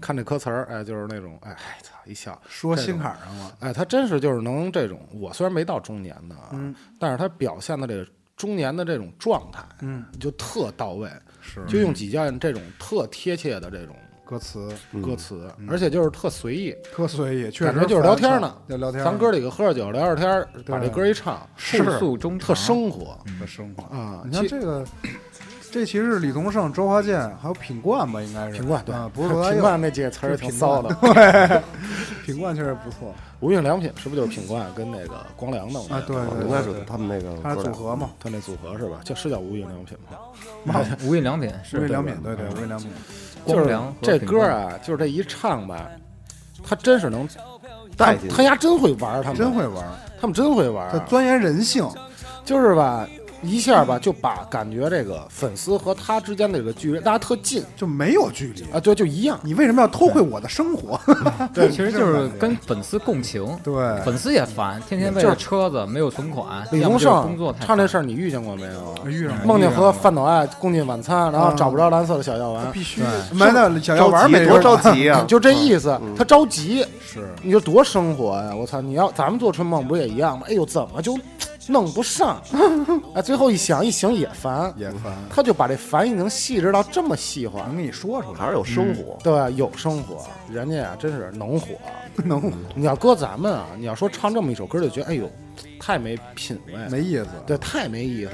[SPEAKER 3] 看这歌词儿，哎，就是那种，哎，操，一笑，
[SPEAKER 1] 嗯说
[SPEAKER 3] 这种
[SPEAKER 1] 心坎儿上了，
[SPEAKER 3] 哎，他真是就是能这种，我虽然没到中年呢，嗯，但是他表现的这个中年的这种状态，嗯，就特到位，是，就
[SPEAKER 1] 嗯
[SPEAKER 3] 用几件这种特贴切的这种
[SPEAKER 1] 歌词
[SPEAKER 3] 歌词，而且就是特随意，
[SPEAKER 1] 特随嗯意，确
[SPEAKER 3] 感
[SPEAKER 1] 实
[SPEAKER 3] 觉就是
[SPEAKER 1] 烦
[SPEAKER 3] 聊天呢，
[SPEAKER 1] 就聊天呢，
[SPEAKER 3] 咱哥几个喝着酒聊聊天儿，把这歌一唱，
[SPEAKER 2] 速速中
[SPEAKER 3] 特
[SPEAKER 2] 长
[SPEAKER 3] 生活，
[SPEAKER 1] 的生活
[SPEAKER 3] 啊
[SPEAKER 1] 你看
[SPEAKER 3] 其
[SPEAKER 1] 这个，这其实是李宗盛、周华健还有品冠吧，应该是
[SPEAKER 3] 品冠对
[SPEAKER 1] 啊，不是罗大
[SPEAKER 3] 品
[SPEAKER 1] 佑，
[SPEAKER 3] 冠那几个词儿挺骚的，
[SPEAKER 1] 对， 品冠确实不错
[SPEAKER 3] 无印良品是不是就是品冠跟那个光良弄的
[SPEAKER 1] 啊，对，对
[SPEAKER 4] 应该
[SPEAKER 1] 对
[SPEAKER 4] 是
[SPEAKER 1] 对
[SPEAKER 4] 他们那个
[SPEAKER 1] 他
[SPEAKER 4] 哥
[SPEAKER 1] 是组
[SPEAKER 4] 俩
[SPEAKER 1] 合嘛，啊
[SPEAKER 3] 他那组合是吧？叫是叫无印良品吗？
[SPEAKER 2] 无印良品
[SPEAKER 1] 无
[SPEAKER 2] 是嗯
[SPEAKER 1] 印良品，对对，无印良品，
[SPEAKER 3] 嗯就是
[SPEAKER 2] 光良和
[SPEAKER 3] 这
[SPEAKER 2] 品
[SPEAKER 3] 歌
[SPEAKER 2] 冠
[SPEAKER 3] 啊，就是这一唱吧，他真是能
[SPEAKER 4] 带进去
[SPEAKER 3] 他，丫真会玩儿，他们
[SPEAKER 1] 真会，玩儿，
[SPEAKER 3] 他们真会玩儿
[SPEAKER 1] 他
[SPEAKER 3] 啊，
[SPEAKER 1] 钻研人性，
[SPEAKER 3] 就是吧，一下吧就把感觉这个粉丝和他之间的这个距离拉特近
[SPEAKER 1] 就没有距离。
[SPEAKER 3] 啊，对，就一样，
[SPEAKER 1] 你为什么要偷窥我的生活？
[SPEAKER 2] 其实就是跟粉丝共情，
[SPEAKER 1] 对
[SPEAKER 2] 粉丝也烦，天天为
[SPEAKER 3] 就
[SPEAKER 2] 了
[SPEAKER 3] 是
[SPEAKER 2] 车子没有存款，
[SPEAKER 3] 李
[SPEAKER 2] 要
[SPEAKER 3] 宗
[SPEAKER 2] 么就是工作
[SPEAKER 3] 盛
[SPEAKER 2] 太
[SPEAKER 3] 唱这
[SPEAKER 2] 烦
[SPEAKER 3] 事儿你遇见过没有啊？
[SPEAKER 1] 遇上了嗯
[SPEAKER 3] 梦见和饭岛爱共进晚餐，然后找不着蓝色的小药丸，
[SPEAKER 1] 必须买那小药
[SPEAKER 4] 着
[SPEAKER 1] 丸
[SPEAKER 4] 急
[SPEAKER 1] 没嗯
[SPEAKER 4] 多
[SPEAKER 1] 人
[SPEAKER 4] 着
[SPEAKER 1] 管
[SPEAKER 4] 急呀、
[SPEAKER 3] 就这意思，他着急，
[SPEAKER 1] 是
[SPEAKER 3] 你就多生活呀！我操，你要咱们做春梦不也一样吗？哎呦，怎么就弄不 上？哎，最后一想一想也烦，
[SPEAKER 1] 也烦，
[SPEAKER 3] 他就把这烦已经细致到这么细化嗯
[SPEAKER 1] 能。给你说出来，
[SPEAKER 4] 还是有生活。
[SPEAKER 3] 对，有生活，人家呀、真是能火。
[SPEAKER 1] 能
[SPEAKER 3] 你要搁咱们啊，你要说唱这么一首歌，就觉得哎呦，太没品位，
[SPEAKER 1] 没意思。
[SPEAKER 3] 对，太没意思，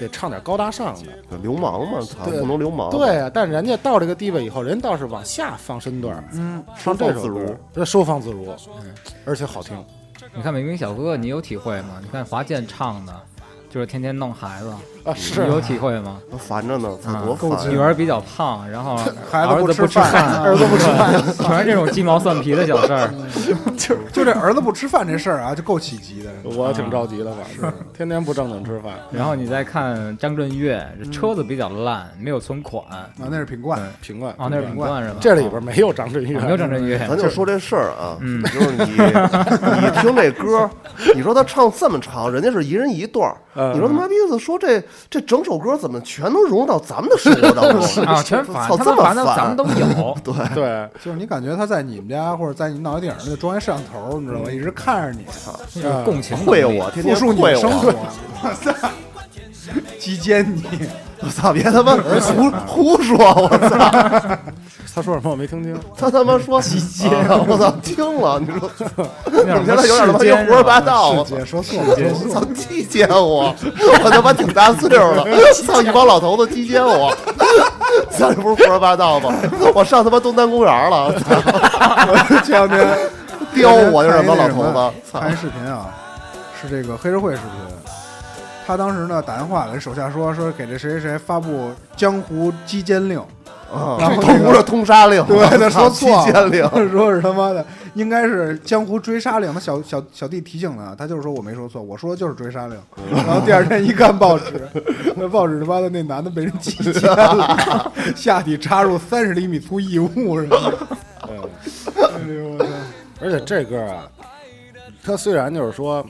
[SPEAKER 3] 得唱点高大上的。
[SPEAKER 4] 流氓嘛，操，
[SPEAKER 3] 对
[SPEAKER 4] 不能流氓。
[SPEAKER 3] 对，啊，但人家到这个地位以后，人倒是往下放身段，嗯，唱这
[SPEAKER 4] 收放
[SPEAKER 3] 首
[SPEAKER 4] 自
[SPEAKER 3] 歌
[SPEAKER 4] 如，
[SPEAKER 3] 这收放自如，嗯，而且好听。
[SPEAKER 2] 你看美明小哥，你有体会吗？你看华健唱的，就是天天弄孩子，
[SPEAKER 3] 啊，
[SPEAKER 2] 你
[SPEAKER 3] 是
[SPEAKER 2] 有体会吗？
[SPEAKER 4] 那烦着呢，操，
[SPEAKER 2] 啊
[SPEAKER 4] 多烦
[SPEAKER 2] 女
[SPEAKER 4] 呀！
[SPEAKER 2] 儿比较胖，然后
[SPEAKER 1] 孩子
[SPEAKER 2] 儿
[SPEAKER 1] 不
[SPEAKER 2] 子
[SPEAKER 1] 吃
[SPEAKER 2] 吃饭，
[SPEAKER 1] 饭
[SPEAKER 2] 儿子不吃饭， 全是这种鸡毛蒜皮的小事儿。
[SPEAKER 1] 就这儿子不吃饭这事儿啊，就够起急的。啊
[SPEAKER 3] 我挺着急的，反正 天天不正经吃饭。
[SPEAKER 2] 然后你再看张震岳，这车子比较烂，没有存款，
[SPEAKER 1] 啊，那是品冠，
[SPEAKER 3] 评论
[SPEAKER 2] 哦，那是
[SPEAKER 3] 评
[SPEAKER 2] 品
[SPEAKER 3] 论，
[SPEAKER 2] 冠是吧？
[SPEAKER 3] 这里边没有张震岳，
[SPEAKER 2] 啊没有张 震岳，
[SPEAKER 4] 咱就说这事儿啊，
[SPEAKER 2] 嗯
[SPEAKER 4] 就是你你听这歌，你说他唱这么长，人家是一人一段儿，
[SPEAKER 3] 嗯
[SPEAKER 4] 你说他妈逼的说这这整首歌怎么全都融入到咱们的生活当中
[SPEAKER 2] 啊，全烦，
[SPEAKER 4] 操，
[SPEAKER 2] 他
[SPEAKER 4] 这
[SPEAKER 2] 们
[SPEAKER 4] 么
[SPEAKER 2] 烦的咱们都 有。
[SPEAKER 3] 对，
[SPEAKER 1] 就是你感觉他在你们家或者在你脑袋顶上就装一摄像头，你知道吗？一直看着你，啊
[SPEAKER 2] 这个共情
[SPEAKER 4] 嗯
[SPEAKER 2] 能
[SPEAKER 4] 会
[SPEAKER 2] 力
[SPEAKER 4] 我，天
[SPEAKER 1] 复
[SPEAKER 4] 天
[SPEAKER 1] 述你
[SPEAKER 4] 会
[SPEAKER 1] 的生活。
[SPEAKER 4] 我，
[SPEAKER 1] 哇 塞，击奸你！
[SPEAKER 4] 我操，别 他妈胡胡说，我操，
[SPEAKER 3] 他说什么我没听清。啊
[SPEAKER 4] 他他妈说极限，我操，听了，你说，我
[SPEAKER 2] 啊那
[SPEAKER 4] 觉
[SPEAKER 2] 种什
[SPEAKER 4] 得有
[SPEAKER 2] 么
[SPEAKER 4] 点他妈就
[SPEAKER 3] 啊
[SPEAKER 2] 世间
[SPEAKER 4] 胡说八
[SPEAKER 2] 是吧
[SPEAKER 4] 道，我啊操
[SPEAKER 1] 姐说错 了，说错
[SPEAKER 4] 操，击奸我！我他妈挺大岁数 了，操一帮老头子击奸我！ 操，这不是胡说八道吗？我上他妈东单公园 了，操
[SPEAKER 1] 了。前两天
[SPEAKER 4] 叼 我就是什么老头子！操
[SPEAKER 1] 看一视频啊，是这个黑社会视频。他当时呢打电话给手下说说给这谁谁谁发布江湖击奸令，
[SPEAKER 4] 啊
[SPEAKER 1] 然后
[SPEAKER 4] 这
[SPEAKER 1] 那
[SPEAKER 4] 不
[SPEAKER 1] 个
[SPEAKER 4] 是通杀令，啊
[SPEAKER 1] 对，他说
[SPEAKER 4] 操
[SPEAKER 1] 错
[SPEAKER 4] 七千令，
[SPEAKER 1] 了， 说是他妈的，应该是江湖追杀令。他小小小弟提醒他，他就是说我没说错，我说的就是追 杀令。然后第二天一看报纸，那报纸他妈的那男的被人击奸 了，下体插入三十厘米粗异 物什么的。
[SPEAKER 3] 嗯，
[SPEAKER 1] 哎呦我操！
[SPEAKER 3] 而且这歌啊，他虽然就是说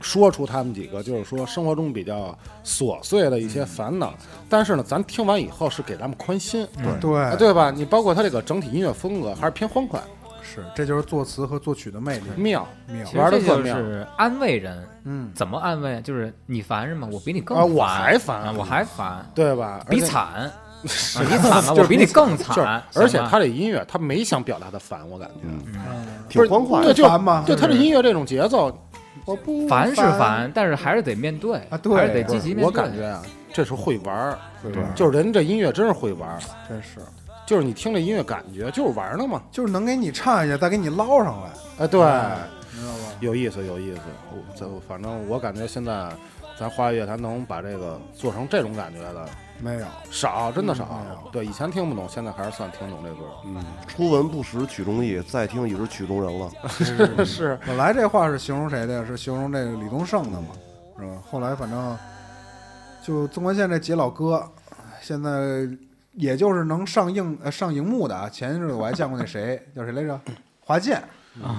[SPEAKER 3] 说出他们几个就是说生活中比较琐碎的一
[SPEAKER 1] 嗯
[SPEAKER 3] 些烦恼，但是呢，咱听完以后是给咱们宽心，
[SPEAKER 2] 嗯
[SPEAKER 3] 啊
[SPEAKER 1] 对，
[SPEAKER 3] 对吧？你包括他这个整体音乐风格还是偏欢快
[SPEAKER 1] 是，这就是作词和作曲的魅力。
[SPEAKER 3] 妙，
[SPEAKER 1] 妙
[SPEAKER 2] 其实
[SPEAKER 3] 玩的
[SPEAKER 2] 这
[SPEAKER 3] 特
[SPEAKER 2] 就
[SPEAKER 3] 妙。
[SPEAKER 2] 是安慰人，
[SPEAKER 1] 嗯，
[SPEAKER 2] 怎么安慰？就是你烦是吗？我比你更
[SPEAKER 3] 啊我还烦
[SPEAKER 2] 烦啊，我还烦，
[SPEAKER 3] 对吧？
[SPEAKER 2] 比
[SPEAKER 3] 而且
[SPEAKER 2] 惨，啊你惨吗？我比你更
[SPEAKER 3] 就是
[SPEAKER 2] 惨，，
[SPEAKER 3] 而且
[SPEAKER 2] 行吧嗯
[SPEAKER 3] 他这音乐，他没想表达的烦，我感觉
[SPEAKER 1] 嗯
[SPEAKER 4] 挺欢快
[SPEAKER 3] 对，
[SPEAKER 4] 的。
[SPEAKER 3] 就
[SPEAKER 1] 烦吗
[SPEAKER 3] 对他这
[SPEAKER 1] 就是
[SPEAKER 3] 音乐这种节奏，我不
[SPEAKER 2] 烦是
[SPEAKER 1] 烦嗯
[SPEAKER 2] 烦，但是还是得面对
[SPEAKER 1] 啊对
[SPEAKER 2] 还是得积极面对。
[SPEAKER 3] 我感觉啊，这是会玩儿，
[SPEAKER 1] 会玩儿
[SPEAKER 3] 就是人这音乐真是会玩儿，
[SPEAKER 1] 真是，
[SPEAKER 3] 就是你听这音乐感觉就是玩儿呢嘛，
[SPEAKER 1] 就是能给你唱一下，再给你捞上来，
[SPEAKER 2] 啊
[SPEAKER 3] 哎，对，
[SPEAKER 1] 你知道吧？
[SPEAKER 3] 有意思，有意思。我这反正我感觉现在咱花乐坛能把这个做成这种感觉的，
[SPEAKER 1] 没 有，
[SPEAKER 3] 少，真的少
[SPEAKER 1] 嗯没有。嗯
[SPEAKER 3] 对，以前听不懂，现在还是算听懂这歌。
[SPEAKER 4] 初闻不识曲中意，再听已是曲中人了。
[SPEAKER 3] 嗯，是，
[SPEAKER 1] 本来这话是形容谁的呀？是形容这个李宗盛的嘛，是吧？后来反正就纵贯线这几老哥，现在也就是能上映呃上荧幕的啊。前一阵子我还见过那谁叫谁来着？华健。
[SPEAKER 2] 啊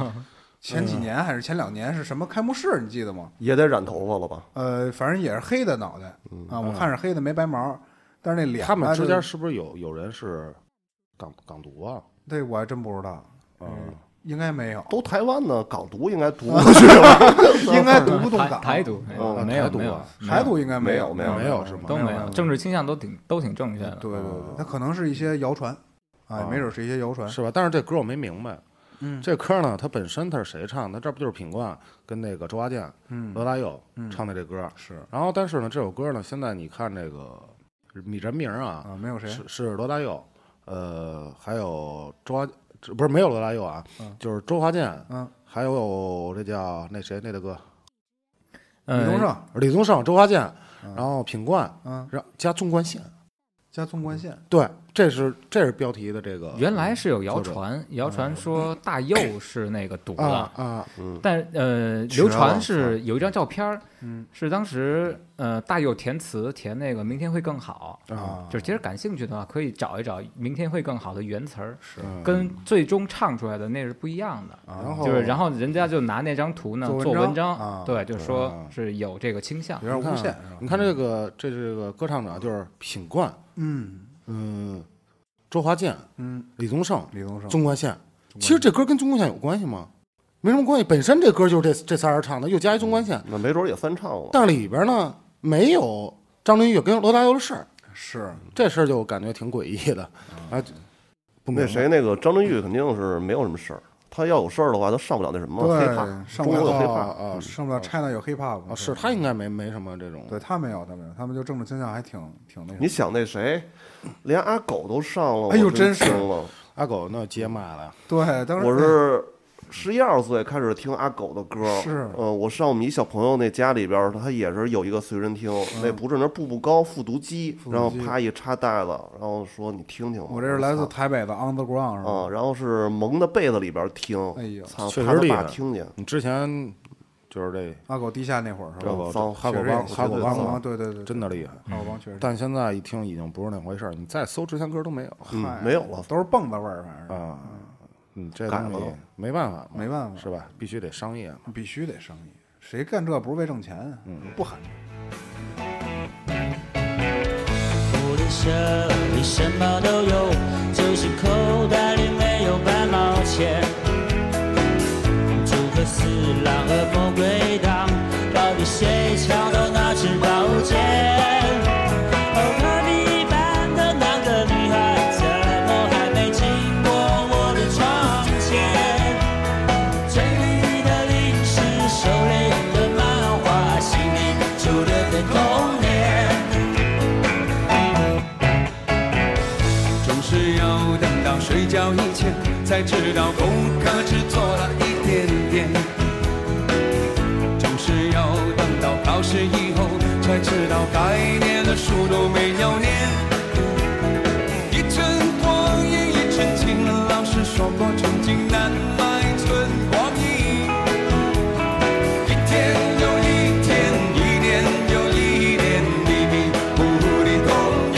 [SPEAKER 1] 前几年还是前两年是什么开幕式？你记得吗？
[SPEAKER 4] 也得染头发了吧？
[SPEAKER 1] 呃，反正也是黑的脑袋啊，我看是黑的没白毛，但是那脸
[SPEAKER 3] 嗯他们
[SPEAKER 1] 吧
[SPEAKER 3] 之
[SPEAKER 1] 就
[SPEAKER 3] 间是不是有有人是港港独啊？
[SPEAKER 1] 这我还真不知道，
[SPEAKER 3] 嗯，
[SPEAKER 1] 应该没有，
[SPEAKER 4] 都台湾呢，港独应该独过去 了。
[SPEAKER 1] 应该读不动
[SPEAKER 2] 台
[SPEAKER 1] 港
[SPEAKER 2] 台独
[SPEAKER 4] 哦
[SPEAKER 2] 没有
[SPEAKER 3] 嗯台独啊
[SPEAKER 2] 没有，
[SPEAKER 1] 台独应该
[SPEAKER 4] 没
[SPEAKER 1] 有
[SPEAKER 4] 有没
[SPEAKER 1] 有
[SPEAKER 4] 有
[SPEAKER 3] 没有是吗
[SPEAKER 2] 都没
[SPEAKER 1] 没有
[SPEAKER 2] 有，政治倾向都挺都挺正确的。
[SPEAKER 1] 对对对，它可能是一些谣传，啊，也没准是一些谣传。
[SPEAKER 3] 哦是吧？但是这歌我没明白。
[SPEAKER 1] 嗯
[SPEAKER 3] 这歌呢，它本身它是谁唱的？这不就是品冠跟那个周华健、
[SPEAKER 1] 嗯
[SPEAKER 3] 罗大佑唱的这歌？
[SPEAKER 1] 是
[SPEAKER 3] 然后，但是呢，这首歌呢，现在你看这个米人名啊，
[SPEAKER 1] 啊，没有谁
[SPEAKER 3] 是是罗大佑，呃，还有周华，这不是没有罗大佑啊，就是周华健，
[SPEAKER 1] 嗯，
[SPEAKER 3] 还有这叫那谁那大哥呃
[SPEAKER 1] 李宗
[SPEAKER 2] 嗯，
[SPEAKER 1] 盛，
[SPEAKER 3] 李宗盛、周华健，
[SPEAKER 1] 嗯
[SPEAKER 3] 然后品冠，
[SPEAKER 1] 嗯，
[SPEAKER 3] 然后加纵贯线，
[SPEAKER 1] 加纵贯线，
[SPEAKER 3] 对，这是这是标题的这个
[SPEAKER 2] 原来是有谣
[SPEAKER 3] 作者
[SPEAKER 2] 传，
[SPEAKER 1] 嗯
[SPEAKER 2] 谣传说大佑是那个毒
[SPEAKER 3] 啊
[SPEAKER 2] 的，
[SPEAKER 3] 啊，
[SPEAKER 2] 但呃，
[SPEAKER 4] 绝
[SPEAKER 2] 流传
[SPEAKER 4] 了
[SPEAKER 2] 是有一张照片儿，
[SPEAKER 1] 嗯
[SPEAKER 2] 是当时呃大佑填词填那个“明天会更好”，
[SPEAKER 1] 啊，
[SPEAKER 2] 就是其实感兴趣的话可以找一找“明天会更好”的原词儿，
[SPEAKER 1] 是
[SPEAKER 2] 跟最终唱出来的那是不一样的。
[SPEAKER 1] 嗯啊
[SPEAKER 3] 然后
[SPEAKER 2] 就是，然后人家就拿那张图呢
[SPEAKER 1] 做文
[SPEAKER 2] 做文
[SPEAKER 1] 章啊
[SPEAKER 2] 章，对，就说
[SPEAKER 3] 啊
[SPEAKER 2] 是有这个倾向
[SPEAKER 1] 有。点
[SPEAKER 3] 你
[SPEAKER 1] 无
[SPEAKER 3] 看
[SPEAKER 1] 限
[SPEAKER 3] 啊
[SPEAKER 1] 是吧？
[SPEAKER 3] 你看这个这这个歌唱者啊就是品冠，
[SPEAKER 1] 嗯
[SPEAKER 3] 嗯，周华健、
[SPEAKER 1] 嗯，
[SPEAKER 3] 李宗盛、
[SPEAKER 1] 李宗盛，
[SPEAKER 3] 纵贯线。其实这歌跟纵贯线有关系吗？没什么关系，本身这歌就是这这仨人唱的，又加一纵贯线，
[SPEAKER 4] 那没准也翻唱了。
[SPEAKER 3] 但里边呢没有张凌月跟罗大佑的事儿，
[SPEAKER 1] 是
[SPEAKER 3] 这事儿就感觉挺诡异的啊。不明白
[SPEAKER 4] 那谁那个张震岳肯定是没有什么事儿，他要有事儿的话，他上不了那什么
[SPEAKER 1] 对
[SPEAKER 4] 黑怕，中
[SPEAKER 1] 上不
[SPEAKER 4] 国有
[SPEAKER 1] 了
[SPEAKER 4] 黑
[SPEAKER 3] 啊
[SPEAKER 4] 怕。
[SPEAKER 3] 啊是
[SPEAKER 1] 上哦不了 China 有 hiphop
[SPEAKER 3] 啊，是他应该没没什么这种
[SPEAKER 1] 对他没有，他没有，他们就政治倾向还挺挺那什么。
[SPEAKER 4] 你想那谁，连阿狗都上了，
[SPEAKER 1] 哎哎呦
[SPEAKER 4] 我
[SPEAKER 1] 真
[SPEAKER 4] 真
[SPEAKER 1] 是
[SPEAKER 4] 惊了。
[SPEAKER 3] 阿狗那接麦了，
[SPEAKER 1] 对，当时哎
[SPEAKER 4] 我
[SPEAKER 3] 哦
[SPEAKER 4] 是十一二岁开始听阿狗的歌，
[SPEAKER 1] 是
[SPEAKER 4] 呃，我上我们一小朋友那家里边儿，他也是有一个随身听，
[SPEAKER 1] 嗯
[SPEAKER 4] 那不是那步步高复读机，然后啪一插袋子，然后说你听啊听吧。
[SPEAKER 1] 我这是来自
[SPEAKER 4] 操
[SPEAKER 1] 台北的 On the Ground 是
[SPEAKER 4] 啊，
[SPEAKER 3] 哦
[SPEAKER 1] 吧？
[SPEAKER 4] 然后是蒙在被子里边儿听，
[SPEAKER 1] 哎呦
[SPEAKER 4] 操，
[SPEAKER 3] 确
[SPEAKER 4] 怕
[SPEAKER 3] 实
[SPEAKER 4] 他
[SPEAKER 3] 厉
[SPEAKER 4] 爸
[SPEAKER 3] 害
[SPEAKER 4] 听见，
[SPEAKER 3] 你之前就是这
[SPEAKER 1] 阿狗地下那会儿是
[SPEAKER 3] 阿
[SPEAKER 1] 吧？
[SPEAKER 3] 狗
[SPEAKER 4] 脏
[SPEAKER 3] 哈狗
[SPEAKER 1] 确实也
[SPEAKER 3] 帮
[SPEAKER 1] 是
[SPEAKER 3] 哈狗
[SPEAKER 1] 阿狗
[SPEAKER 3] 帮
[SPEAKER 1] 帮，对对对，
[SPEAKER 3] 真的厉害。
[SPEAKER 1] 阿狗帮确实。
[SPEAKER 3] 但现在一听已经不是那回事儿，你再搜之前歌都没有
[SPEAKER 1] 嗨
[SPEAKER 4] 嗯，没有了，
[SPEAKER 1] 都是蹦子味儿，反正
[SPEAKER 3] 啊。嗯，这
[SPEAKER 4] 改
[SPEAKER 3] 东
[SPEAKER 4] 了
[SPEAKER 3] 西
[SPEAKER 4] 都
[SPEAKER 3] 没办法嘛，
[SPEAKER 1] 没办法
[SPEAKER 3] 是吧？必须得商业嘛。嗯
[SPEAKER 1] 必须得生意，谁干这不是为挣钱啊？不喊。
[SPEAKER 5] 福利社里什么都有，就是口袋里没有半毛钱。诸葛四郎和魔鬼党，到底谁抢到那支宝剑？哦，隔壁班的那个女孩，怎么还没经过我的窗前？嘴里的零食，手里的漫画，心里住着的童年。
[SPEAKER 11] 总是要等到睡觉以前，才知道功课只做了一点点。总是要等到考试以后，才知道该念的书都没有念。一寸光阴一寸金，老师说过，寸金难买寸光阴。一天又一天，一年又一年，迷迷糊糊的童年。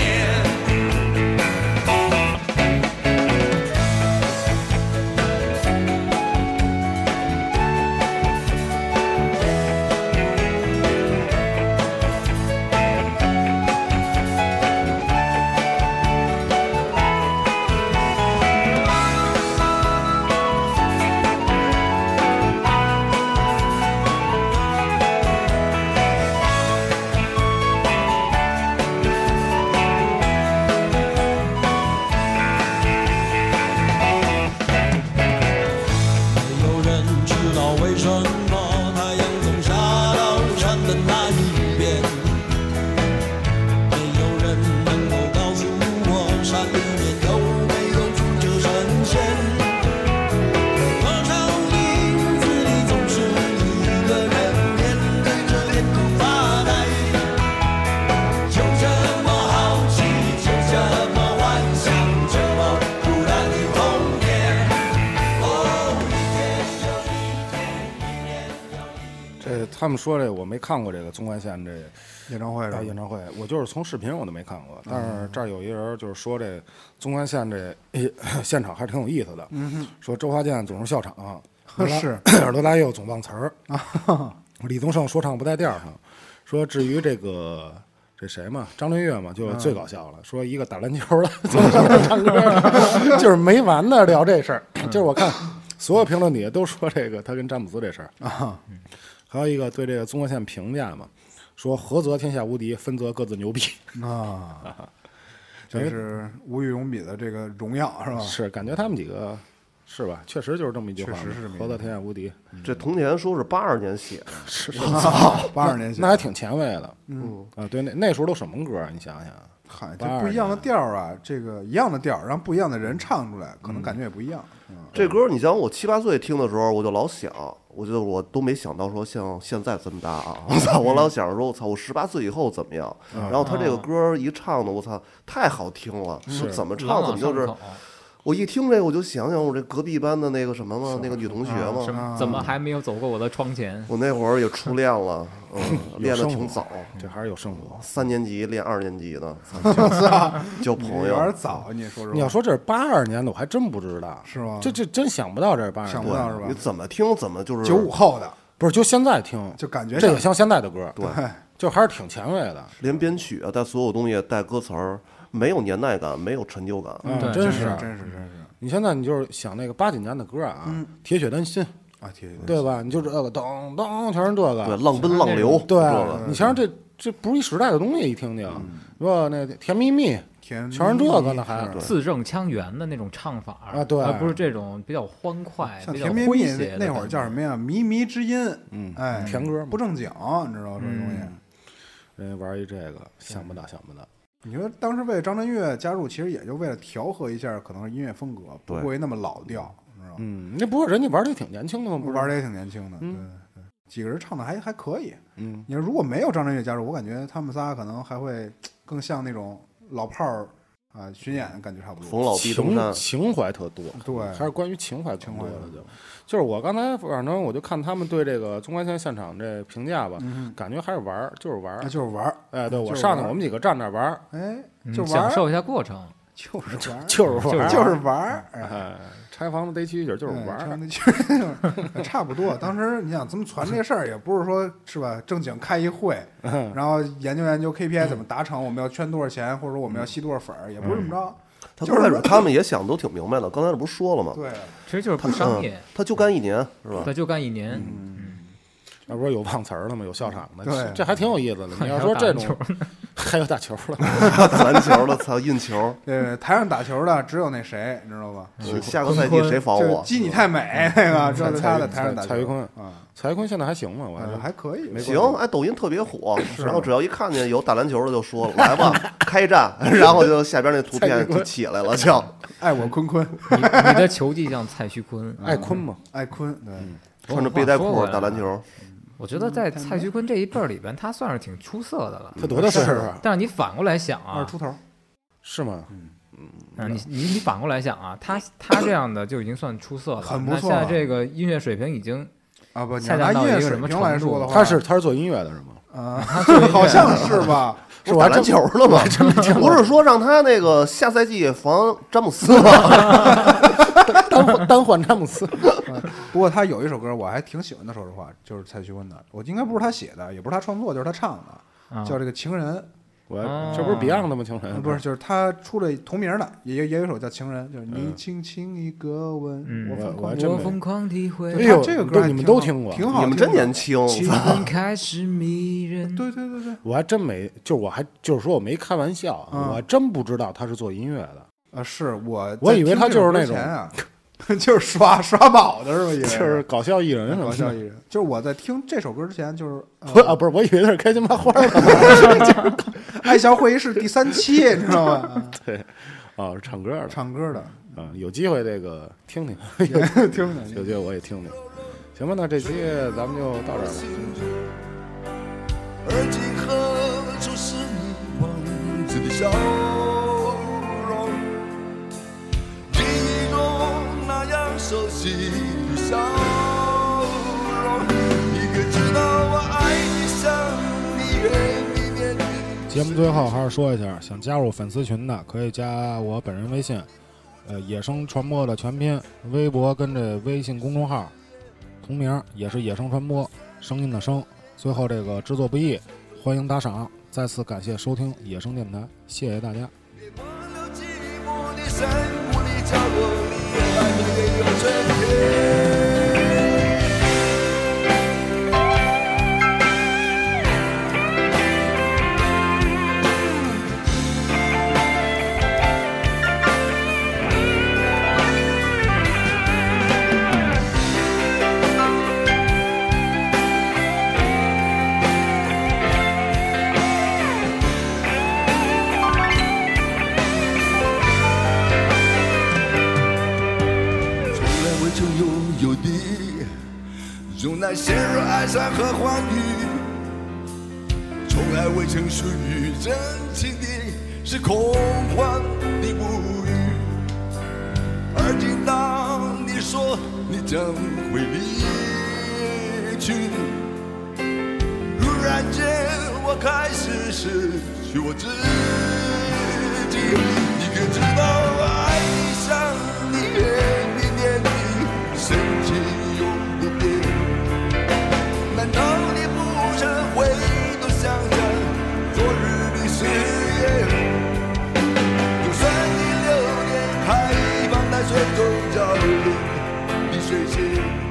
[SPEAKER 11] 哦
[SPEAKER 3] 他们说这个我没看过这个淞关县这
[SPEAKER 1] 演唱会是吧嗯
[SPEAKER 3] 大演唱会，我就是从视频我都没看过，但是这儿有一人就是说这淞关县这、 哎现场还是挺有意思的，说周华健总是笑场，
[SPEAKER 1] 呵 是啊
[SPEAKER 3] 耳朵拉右总忘词儿，李宗盛说唱不带调儿上，说至于这个。这谁嘛，张震岳嘛，就
[SPEAKER 1] 嗯
[SPEAKER 3] 最搞笑了。说一个打篮球的 怎么上来唱歌了，就是没完的聊这 事儿。就是我看所有评论底下都说这个他跟詹姆斯这事儿，
[SPEAKER 1] 啊，
[SPEAKER 3] 还有一个对这个中国线评价嘛，说合则天下无敌，分则各自牛逼，
[SPEAKER 1] 啊，这是无与伦比的这个荣耀是吧？
[SPEAKER 3] 是感觉他们几个是吧？确实就是这么一句话嘛，
[SPEAKER 1] 确实是这么一句话
[SPEAKER 3] 合则天下无敌，
[SPEAKER 4] 这铜钱书是八二年写的，
[SPEAKER 3] 是
[SPEAKER 1] 八十年前
[SPEAKER 3] 那还挺前卫的，嗯啊，对，那那时候都什么歌啊？你想想，
[SPEAKER 1] 嗨，这
[SPEAKER 3] 82
[SPEAKER 1] 不一样的调儿啊，这个一样的调儿，让不一样的
[SPEAKER 3] 嗯
[SPEAKER 1] 人唱出来，可能感觉也不一样。嗯，
[SPEAKER 4] 这歌你想我七八岁听的时候，我就老想，我觉得我都没想到说像现在这么大啊！ 我操，我老想着说，我操，我十八岁以后怎么样？
[SPEAKER 1] 嗯
[SPEAKER 4] 然后他这个
[SPEAKER 2] 嗯
[SPEAKER 4] 歌一唱的，我操，太好听了，
[SPEAKER 3] 是
[SPEAKER 4] 怎么唱
[SPEAKER 2] 朗
[SPEAKER 4] 怎么就
[SPEAKER 2] 朗上
[SPEAKER 4] 是。
[SPEAKER 2] 口，
[SPEAKER 4] 我一听这个，我就想想我这隔壁班的那个什么嘛，那个女同学
[SPEAKER 2] 啊
[SPEAKER 1] 啊
[SPEAKER 2] 什
[SPEAKER 4] 嘛，
[SPEAKER 2] 么怎么还没有走过我的窗前？
[SPEAKER 4] 我那会儿也初恋了，嗯，
[SPEAKER 3] 有
[SPEAKER 4] 练的
[SPEAKER 3] 生活
[SPEAKER 4] 挺早，
[SPEAKER 3] 这还是有生活。
[SPEAKER 4] 三年级练二年级 的，交朋
[SPEAKER 1] 有点
[SPEAKER 4] 友。
[SPEAKER 1] 早，啊你说
[SPEAKER 3] 你
[SPEAKER 1] 说
[SPEAKER 3] 要，说这是八二年的，我还真不知道，
[SPEAKER 1] 是吗
[SPEAKER 3] 这这真想不到这是八二
[SPEAKER 1] 啊想
[SPEAKER 3] 年
[SPEAKER 1] 不
[SPEAKER 3] 的，
[SPEAKER 1] 到是吧
[SPEAKER 4] 你？怎么听怎么就是
[SPEAKER 1] 九五后的，
[SPEAKER 3] 不是就现在听，
[SPEAKER 1] 就感觉
[SPEAKER 3] 这个像
[SPEAKER 1] 像
[SPEAKER 3] 现在的歌，
[SPEAKER 4] 对，
[SPEAKER 3] 就还是挺前卫的，
[SPEAKER 4] 连编曲啊，带所有东西，带歌词儿，没有年代感，没有陈旧感。
[SPEAKER 3] 嗯
[SPEAKER 2] 对，
[SPEAKER 3] 真
[SPEAKER 1] 是
[SPEAKER 3] 是。
[SPEAKER 1] 真是真嗯是
[SPEAKER 3] 你现在你就是想那个八几年的歌啊，铁血丹心》，
[SPEAKER 1] 啊，铁血
[SPEAKER 3] 对吧？你就这个噔噔，全是这
[SPEAKER 4] 对，
[SPEAKER 3] 个，
[SPEAKER 4] 浪奔浪流，
[SPEAKER 3] 对
[SPEAKER 4] 这个，嗯
[SPEAKER 3] 你瞧这这不是一时代的东西，一听听，是吧？那甜蜜蜜，
[SPEAKER 1] 甜
[SPEAKER 3] 全是这个呢，还
[SPEAKER 4] 对
[SPEAKER 2] 字正腔圆的那种唱法
[SPEAKER 3] 啊对
[SPEAKER 2] 而不是这种比较欢快、
[SPEAKER 1] 像
[SPEAKER 2] 比较
[SPEAKER 1] 甜蜜蜜
[SPEAKER 2] 诙谐的
[SPEAKER 1] 那会儿
[SPEAKER 2] 感
[SPEAKER 1] 叫
[SPEAKER 2] 觉
[SPEAKER 1] 什么呀？靡靡之音，嗯，哎，
[SPEAKER 3] 甜歌嘛
[SPEAKER 1] 不正经，
[SPEAKER 3] 啊
[SPEAKER 1] 你知道这东西。
[SPEAKER 3] 人家玩一这个，想不到，想不到，
[SPEAKER 1] 你说当时为张震岳加入，其实也就为了调和一下可能是音乐风格，不
[SPEAKER 4] 对
[SPEAKER 1] 过于那么老调，你知道吗？
[SPEAKER 3] 嗯，那不过人家玩的挺年轻的嘛，不是
[SPEAKER 1] 玩的也挺年轻的，对对，几个人唱的还还可以。
[SPEAKER 3] 嗯，
[SPEAKER 1] 你说如果没有张震岳加入，我感觉他们仨可能还会更像那种老炮儿啊、巡演的感觉差不
[SPEAKER 4] 冯
[SPEAKER 1] 多。
[SPEAKER 4] 老必登
[SPEAKER 3] 情
[SPEAKER 4] 山，
[SPEAKER 3] 情怀特多，
[SPEAKER 1] 对
[SPEAKER 3] 还是关于情怀挺多
[SPEAKER 1] 情
[SPEAKER 3] 的
[SPEAKER 1] 怀
[SPEAKER 3] 就。就是我刚才反正我就看他们对这个中关线现场这评价吧，感觉还是玩儿，就是玩
[SPEAKER 1] 那
[SPEAKER 3] 儿。
[SPEAKER 1] 嗯啊就是玩儿，
[SPEAKER 3] 哎，对我
[SPEAKER 1] 就是
[SPEAKER 3] 上去，
[SPEAKER 1] 玩儿
[SPEAKER 3] 我们几个站那儿玩儿，
[SPEAKER 1] 哎，
[SPEAKER 2] 嗯
[SPEAKER 1] 就玩
[SPEAKER 2] 享
[SPEAKER 1] 儿，
[SPEAKER 2] 受一下过程。
[SPEAKER 1] 就是玩
[SPEAKER 3] 就是
[SPEAKER 1] 儿，
[SPEAKER 3] 玩儿，
[SPEAKER 1] 就是玩儿，哎
[SPEAKER 3] 哎，拆房子逮蛐蛐儿就是玩
[SPEAKER 1] 哎
[SPEAKER 3] 儿
[SPEAKER 1] 唱。那曲儿哎差不多。当时你想，咱们传这事儿也不是说是吧，正经开 一会，
[SPEAKER 3] 嗯
[SPEAKER 1] 然后研究研究 KPI 怎么达成，我们要圈多少钱，或者说我们要吸多少粉儿，也不是这么着。
[SPEAKER 4] 嗯他
[SPEAKER 1] 就是
[SPEAKER 4] 刚开始他们也想都挺明白的，刚才这不是说了吗？
[SPEAKER 1] 对，啊
[SPEAKER 2] 其实就是不商业
[SPEAKER 4] 嗯，，他就干一年是吧
[SPEAKER 2] 对，？就干一年，
[SPEAKER 3] 那嗯不是有忘词儿的吗？有笑场的，
[SPEAKER 1] 对
[SPEAKER 3] 嗯这这还挺有意思的。你要说这种， 还有打球 了，
[SPEAKER 4] 打篮球了，操，运球，
[SPEAKER 1] 呃，台上打球的只有那谁，你知道吧？
[SPEAKER 4] 嗯下个赛季谁防
[SPEAKER 1] 就
[SPEAKER 4] 我？嗯
[SPEAKER 1] 基你太美那个，这是他在台
[SPEAKER 3] 嗯蔡
[SPEAKER 1] 上打球
[SPEAKER 3] 蔡徐坤
[SPEAKER 1] 啊，
[SPEAKER 3] 蔡徐坤现在还行吗？我还
[SPEAKER 1] 呃还可以，没
[SPEAKER 4] 行，哎，抖音特别火，然
[SPEAKER 1] 啊
[SPEAKER 4] 后只要一看见有打篮球的就说了，来吧，开战， 然后就下边那图片就起来了，就
[SPEAKER 1] 爱我坤坤，
[SPEAKER 2] 你你的球技像蔡徐坤，嗯
[SPEAKER 3] 爱坤嘛，
[SPEAKER 1] 爱坤，对，
[SPEAKER 4] 穿着背带
[SPEAKER 2] 话说
[SPEAKER 4] 裤
[SPEAKER 2] 回来
[SPEAKER 4] 打篮球，
[SPEAKER 2] 我觉得
[SPEAKER 1] 嗯
[SPEAKER 2] 在蔡徐坤这一辈儿里边，他算是挺出色的了。
[SPEAKER 3] 他多大岁数啊？
[SPEAKER 2] 但是你反过来想啊
[SPEAKER 1] 二，出头，
[SPEAKER 3] 是吗？
[SPEAKER 2] 嗯你你你反过来想啊，他他这样的就已经算出色了。
[SPEAKER 1] 很不
[SPEAKER 2] 那
[SPEAKER 1] 错
[SPEAKER 2] 现在这个音乐水平已经，
[SPEAKER 1] 啊不，你
[SPEAKER 2] 下
[SPEAKER 1] 要拿
[SPEAKER 2] 降到
[SPEAKER 1] 音乐
[SPEAKER 2] 一个
[SPEAKER 1] 水
[SPEAKER 2] 什么
[SPEAKER 1] 平来
[SPEAKER 2] 程度
[SPEAKER 1] 说的话，
[SPEAKER 3] 他是他是做音乐的是吗？
[SPEAKER 1] 啊，好像是吧？
[SPEAKER 4] 是打篮球了吗？不是说让他那个下赛季防詹姆斯吗？
[SPEAKER 3] 单换单换詹 姆斯，
[SPEAKER 1] 不过他有一首歌我还挺喜欢的，说实话，就是蔡徐坤的，我应该不是他写的，也不是他创作，就是他唱的，
[SPEAKER 2] 啊
[SPEAKER 1] 叫这个《情人呃
[SPEAKER 3] 我
[SPEAKER 2] 啊
[SPEAKER 3] 这不是 Beyond 的吗？情人》，
[SPEAKER 1] 不是，就是他出了同名的，也也有一首叫《情人》，就是你轻轻一个吻，
[SPEAKER 2] 嗯
[SPEAKER 1] 我疯
[SPEAKER 3] 嗯我
[SPEAKER 1] 狂
[SPEAKER 3] 真
[SPEAKER 2] 我
[SPEAKER 3] 没
[SPEAKER 2] 疯狂体会
[SPEAKER 3] 哎，呦
[SPEAKER 1] 他这个歌
[SPEAKER 3] 都
[SPEAKER 1] 还
[SPEAKER 3] 你们
[SPEAKER 1] 挺
[SPEAKER 3] 都
[SPEAKER 1] 好
[SPEAKER 3] 听过啊
[SPEAKER 1] 挺好，
[SPEAKER 4] 你们真年。轻，啊
[SPEAKER 2] 气氛开始迷人。
[SPEAKER 1] 对对对对，
[SPEAKER 3] 我还真没，就是我还就是说我没开玩笑啊，
[SPEAKER 1] 嗯
[SPEAKER 3] 我还真不知道他是做音乐的。
[SPEAKER 1] 啊，是我，
[SPEAKER 3] 我以为他就是那种
[SPEAKER 1] 啊， 就是刷刷宝的是 吧？以为
[SPEAKER 3] 就是搞笑艺人什
[SPEAKER 1] 搞
[SPEAKER 3] 么
[SPEAKER 1] 笑
[SPEAKER 3] 的
[SPEAKER 1] 艺人。就是我在听这首歌之前，就是呃
[SPEAKER 3] 不啊， 不是，我以为他是开心麻花的
[SPEAKER 1] 爱笑会议室》第三期，你知 道吗？
[SPEAKER 3] 啊，是唱歌的
[SPEAKER 1] 唱歌的，
[SPEAKER 3] 啊，有机会这个听听，
[SPEAKER 1] 听着
[SPEAKER 3] 有机会我也听听。行吧，那这期咱们就到这儿吧。
[SPEAKER 9] 而今何处是你王子的笑容？记忆中那样熟悉的笑容，一个知道我
[SPEAKER 3] 节目最后还是说一下，想加入粉丝群的可以加我本人微信，呃，野生传播的全拼，微博跟这微信公众号同名，也是野生传播，声音的声。最后这个制作不易，欢迎打赏。再次感谢收听野生电台，谢谢大家。
[SPEAKER 9] 别忘了寂寞的山谷里角落里，也埋没了春天。从来未曾拥有的，用来陷入哀伤和欢愉。从来未曾属于真情的，是空幻的物语。而今当你说你将会离去，突然间我开始失去我自己。你可知道我爱上你恨你念你，深情永不变。难道你不曾回头想想昨日的誓言？就算你流连海旁，在水中交流，你水仙。